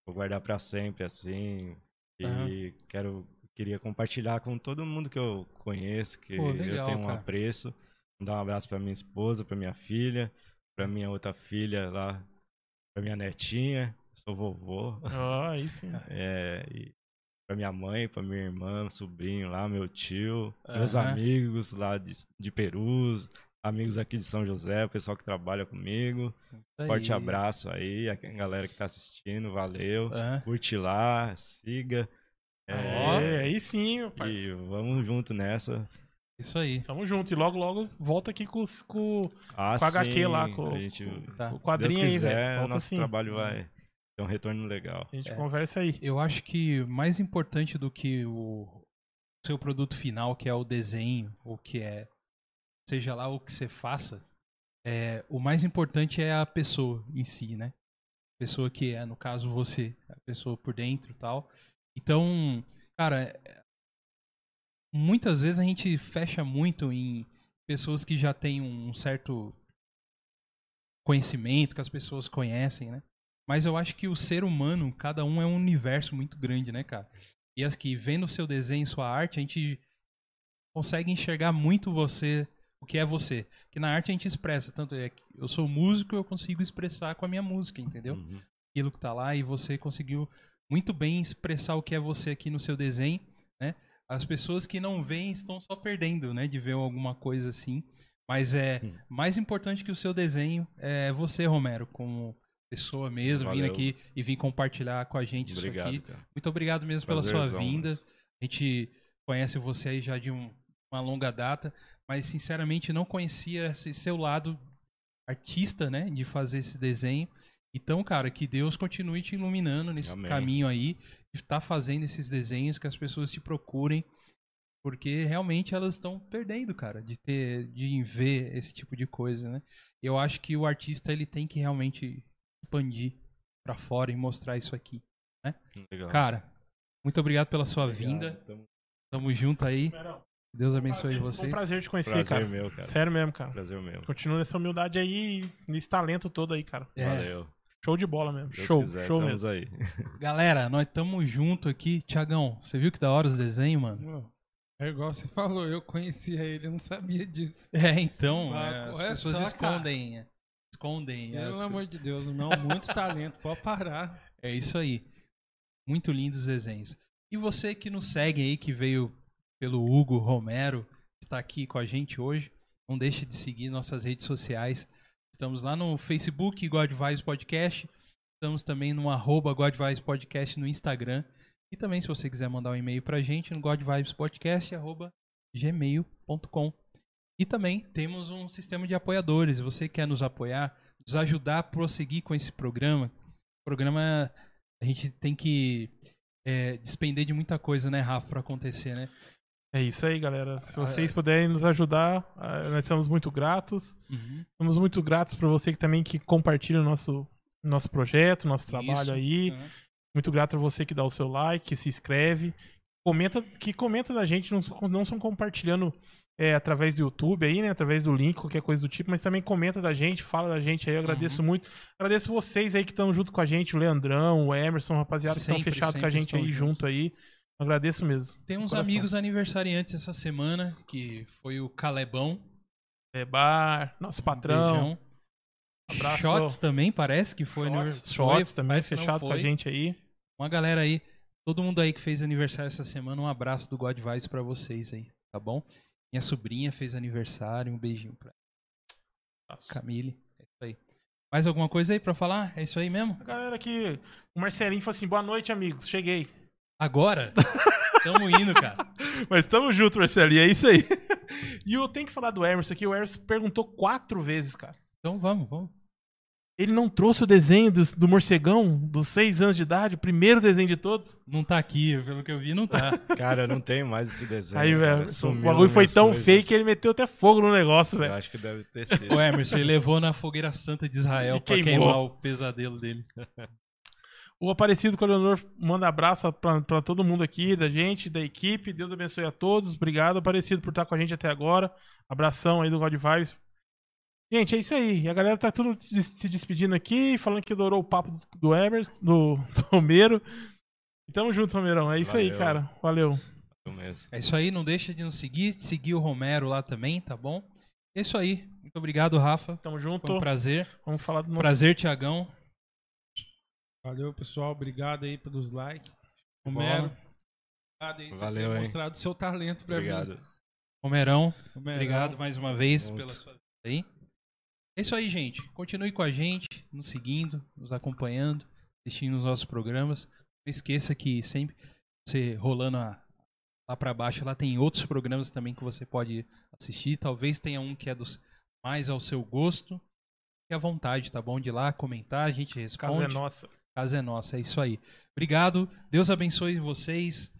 S4: vou guardar pra sempre, assim. E
S1: Aham.
S4: quero, queria compartilhar com todo mundo que eu conheço, que
S1: Pô,
S4: eu
S1: legal,
S4: tenho um
S1: cara.
S4: apreço. Mandar um abraço pra minha esposa, pra minha filha,
S1: Hum.
S4: pra minha outra filha lá, pra minha netinha, sou vovô.
S2: Ó, aí sim.
S4: É, e pra minha mãe, pra minha irmã, sobrinho lá, meu tio, meus
S1: Aham.
S4: amigos lá de, de Perus, amigos aqui de São José, o pessoal que trabalha comigo.
S1: Isso
S4: Forte
S1: aí.
S4: abraço aí, a galera que tá assistindo, valeu.
S1: Aham.
S4: Curte lá, siga.
S2: É, aí sim, meu
S4: É,
S2: parceiro.
S4: e vamos junto nessa.
S1: Isso aí.
S2: Tamo junto. E logo, logo, volta aqui com, os- com
S4: Ah,
S2: Com a HQ lá, com-
S4: a gente,
S1: Tá.
S2: o
S4: se Deus
S2: quadrinho aí,
S4: quiser,
S2: velho.
S4: o
S2: Volta
S4: nosso
S2: assim.
S4: trabalho vai
S1: Uhum.
S4: ter um retorno legal.
S2: A gente
S1: É.
S2: conversa aí.
S1: Eu acho que mais importante do que o seu produto final, que é o desenho, ou que é seja lá o que você faça, é, o mais importante é a pessoa em si, né? Pessoa que é, no caso, você, a pessoa por dentro e tal. Então, cara, é- muitas vezes a gente fecha muito em pessoas que já têm um certo conhecimento, que as pessoas conhecem, né? Mas eu acho que o ser humano, cada um é um universo muito grande, né, cara? E as que vendo o seu desenho, sua arte, a gente consegue enxergar muito você, o que é você. Que na arte a gente expressa, tanto é que eu sou músico, eu consigo expressar com a minha música, entendeu?
S4: Uhum.
S1: aquilo que tá lá e você conseguiu muito bem expressar o que é você aqui no seu desenho, né? As pessoas que não veem estão só perdendo, né, de ver alguma coisa assim. Mas é
S4: Hum.
S1: mais importante que o seu desenho é você, Romero, como pessoa mesmo, vindo
S4: Valeu.
S1: aqui e vir compartilhar com a gente
S4: Obrigado,
S1: isso aqui.
S4: cara.
S1: Muito obrigado mesmo pela sua
S4: Prazerzão,
S1: vinda.
S4: Luiz.
S1: A gente conhece você aí já de um- uma longa data, mas sinceramente não conhecia esse seu lado artista, né, de fazer esse desenho. Então, cara, que Deus continue te iluminando nesse
S4: Amém.
S1: caminho aí, de estar fazendo esses desenhos, que as pessoas te procurem, porque realmente elas estão perdendo, cara, de ter, de ver esse tipo de coisa, né? Eu acho que o artista ele tem que realmente expandir pra fora e mostrar isso aqui.
S4: Legal.
S1: Cara, muito obrigado pela sua
S4: Tá. Obrigado,
S1: vinda.
S4: tamo-
S1: Tamo junto aí. Deus abençoe
S2: Foi um
S1: vocês.
S2: prazer te conhecer,
S4: Prazer
S2: cara.
S4: meu, cara.
S2: Sério mesmo, cara.
S4: Prazer meu.
S2: Continua nessa humildade aí e nesse talento todo aí, cara.
S1: É,
S4: Valeu.
S2: Show de bola mesmo.
S4: Deus
S2: show,
S4: quiser,
S2: show
S4: estamos
S2: mesmo.
S4: aí.
S1: Galera, nós tamo junto aqui. Tiagão, você viu que da hora os desenhos, mano?
S3: Não. É igual você falou, eu conhecia ele, eu não sabia disso.
S1: É, então,
S3: Ah,
S1: é, as
S3: é
S1: pessoas
S3: só, cara.
S1: escondem. é, Escondem. as-
S3: Pelo amor de Deus, não, muito talento, pode parar.
S1: É isso aí. Muito lindos os desenhos. E você que nos segue aí, que veio pelo Hugo Romero, está aqui com a gente hoje, não deixe de seguir nossas redes sociais. Estamos lá no Facebook, God Vibes Podcast. Estamos também no arroba God Vibes Podcast no Instagram. E também, se você quiser mandar um e-mail pra gente, no godvibespodcast.gmail.com. E também temos um sistema de apoiadores. Você quer nos apoiar, nos ajudar a prosseguir com esse programa, programa a gente tem que é, despender de muita coisa, né, Rafa, pra acontecer, né?
S2: É isso aí, galera. Se
S4: Ah,
S2: vocês
S4: é.
S2: puderem nos ajudar, ah, nós estamos muito gratos. Estamos muito gratos por você que também que compartilha o nosso, nosso projeto, nosso trabalho
S1: Isso.
S2: aí.
S1: É.
S2: Muito grato a você que dá o seu like, que se inscreve, comenta, que comenta da gente, não, só- não são compartilhando é, através do YouTube aí, né? Através do link, qualquer coisa do tipo, mas também comenta da gente, fala da gente aí, eu agradeço
S1: Uhum.
S2: muito. Agradeço vocês aí que estão junto com a gente, o Leandrão, o Emerson, rapaziada, que estão
S1: Sempre,
S2: fechados com a
S1: sempre
S2: gente
S1: estão
S2: aí junto
S1: juntos.
S2: aí. Agradeço mesmo.
S1: Tem uns
S2: Coração.
S1: amigos aniversariantes essa semana, que foi o Calebão,
S2: É bar, nosso patrão, um
S1: Beijão.
S2: abraço.
S1: Shots também, parece que foi
S2: shots,
S1: aniversário.
S2: shots também
S1: parece que não
S2: fechado com a
S1: foi.
S2: gente aí.
S1: Uma galera aí, todo mundo aí que fez aniversário essa semana, um abraço do God Vibes pra vocês aí, tá bom? Minha sobrinha fez aniversário, um beijinho pra Camille. É isso aí. Mais alguma coisa aí pra falar? É isso aí mesmo?
S2: A galera que o Marcelinho falou assim: boa noite, amigos, cheguei.
S1: Agora? Tamo indo, cara.
S2: Mas tamo junto, Marcelinho, é isso aí. E eu tenho que falar do Emerson aqui. O Emerson perguntou quatro vezes, cara.
S1: Então vamos, vamos.
S2: Ele não trouxe o desenho do, do morcegão dos seis anos de idade, o primeiro desenho de todos.
S1: Não tá aqui, pelo que eu vi, não tá.
S4: Cara, eu não tenho mais esse desenho.
S2: aí,
S4: cara,
S2: velho,
S4: sumiu
S2: o bagulho foi
S4: minhas
S2: tão
S4: coisas.
S2: feio que ele meteu até fogo no negócio,
S4: Eu
S2: velho.
S4: acho que deve ter sido.
S1: o Emerson, ele levou na fogueira santa de Israel
S2: E
S1: pra
S2: queimou.
S1: queimar o pesadelo dele.
S2: O Aparecido Coronador manda abraço pra, pra todo mundo aqui, da gente, da equipe. Deus abençoe a todos. Obrigado, Aparecido, por estar com a gente até agora. Abração aí do God Vibes. Gente, é isso aí. E a galera tá tudo se se despedindo aqui, falando que adorou o papo do- do Emerson, do, do Romero. E tamo junto, Romeirão. É isso aí,
S4: Valeu.
S2: cara. Valeu.
S4: Eu mesmo.
S1: É isso aí, não deixa de nos seguir, de seguir o Romero lá também, tá bom? É isso aí. Muito obrigado, Rafa.
S2: Tamo
S1: Foi
S2: junto.
S1: um prazer.
S2: Vamos falar do nosso...
S1: Prazer, Tiagão.
S3: Valeu, pessoal, obrigado aí pelos likes.
S1: Romero.
S3: Romero, obrigado aí, você
S4: Valeu,
S3: ter
S4: hein.
S3: mostrado o seu talento pra mim.
S4: Obrigado.
S1: Romerão,
S3: Romero,
S1: obrigado mais uma vez
S4: Muito.
S1: pela sua vida aí. É isso aí, gente. Continue com a gente, nos seguindo, nos acompanhando, assistindo os nossos programas. Não esqueça que sempre você rolando a lá pra baixo. Lá tem outros programas também que você pode assistir. Talvez tenha um que é dos mais ao seu gosto. Fique à vontade, tá bom? De ir lá comentar, a gente
S2: Casa é
S1: responde.
S2: nossa.
S1: Casa é nossa, é isso aí. Obrigado. Deus abençoe vocês.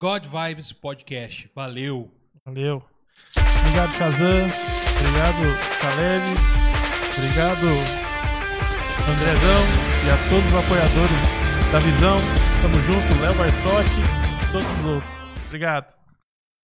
S1: God Vibes Podcast. Valeu.
S2: Valeu. Obrigado, Kazan. Obrigado, Caleb. Obrigado, Andrezão. E a todos os apoiadores da Visão. Tamo junto, Léo Barsotti e todos os outros. Obrigado.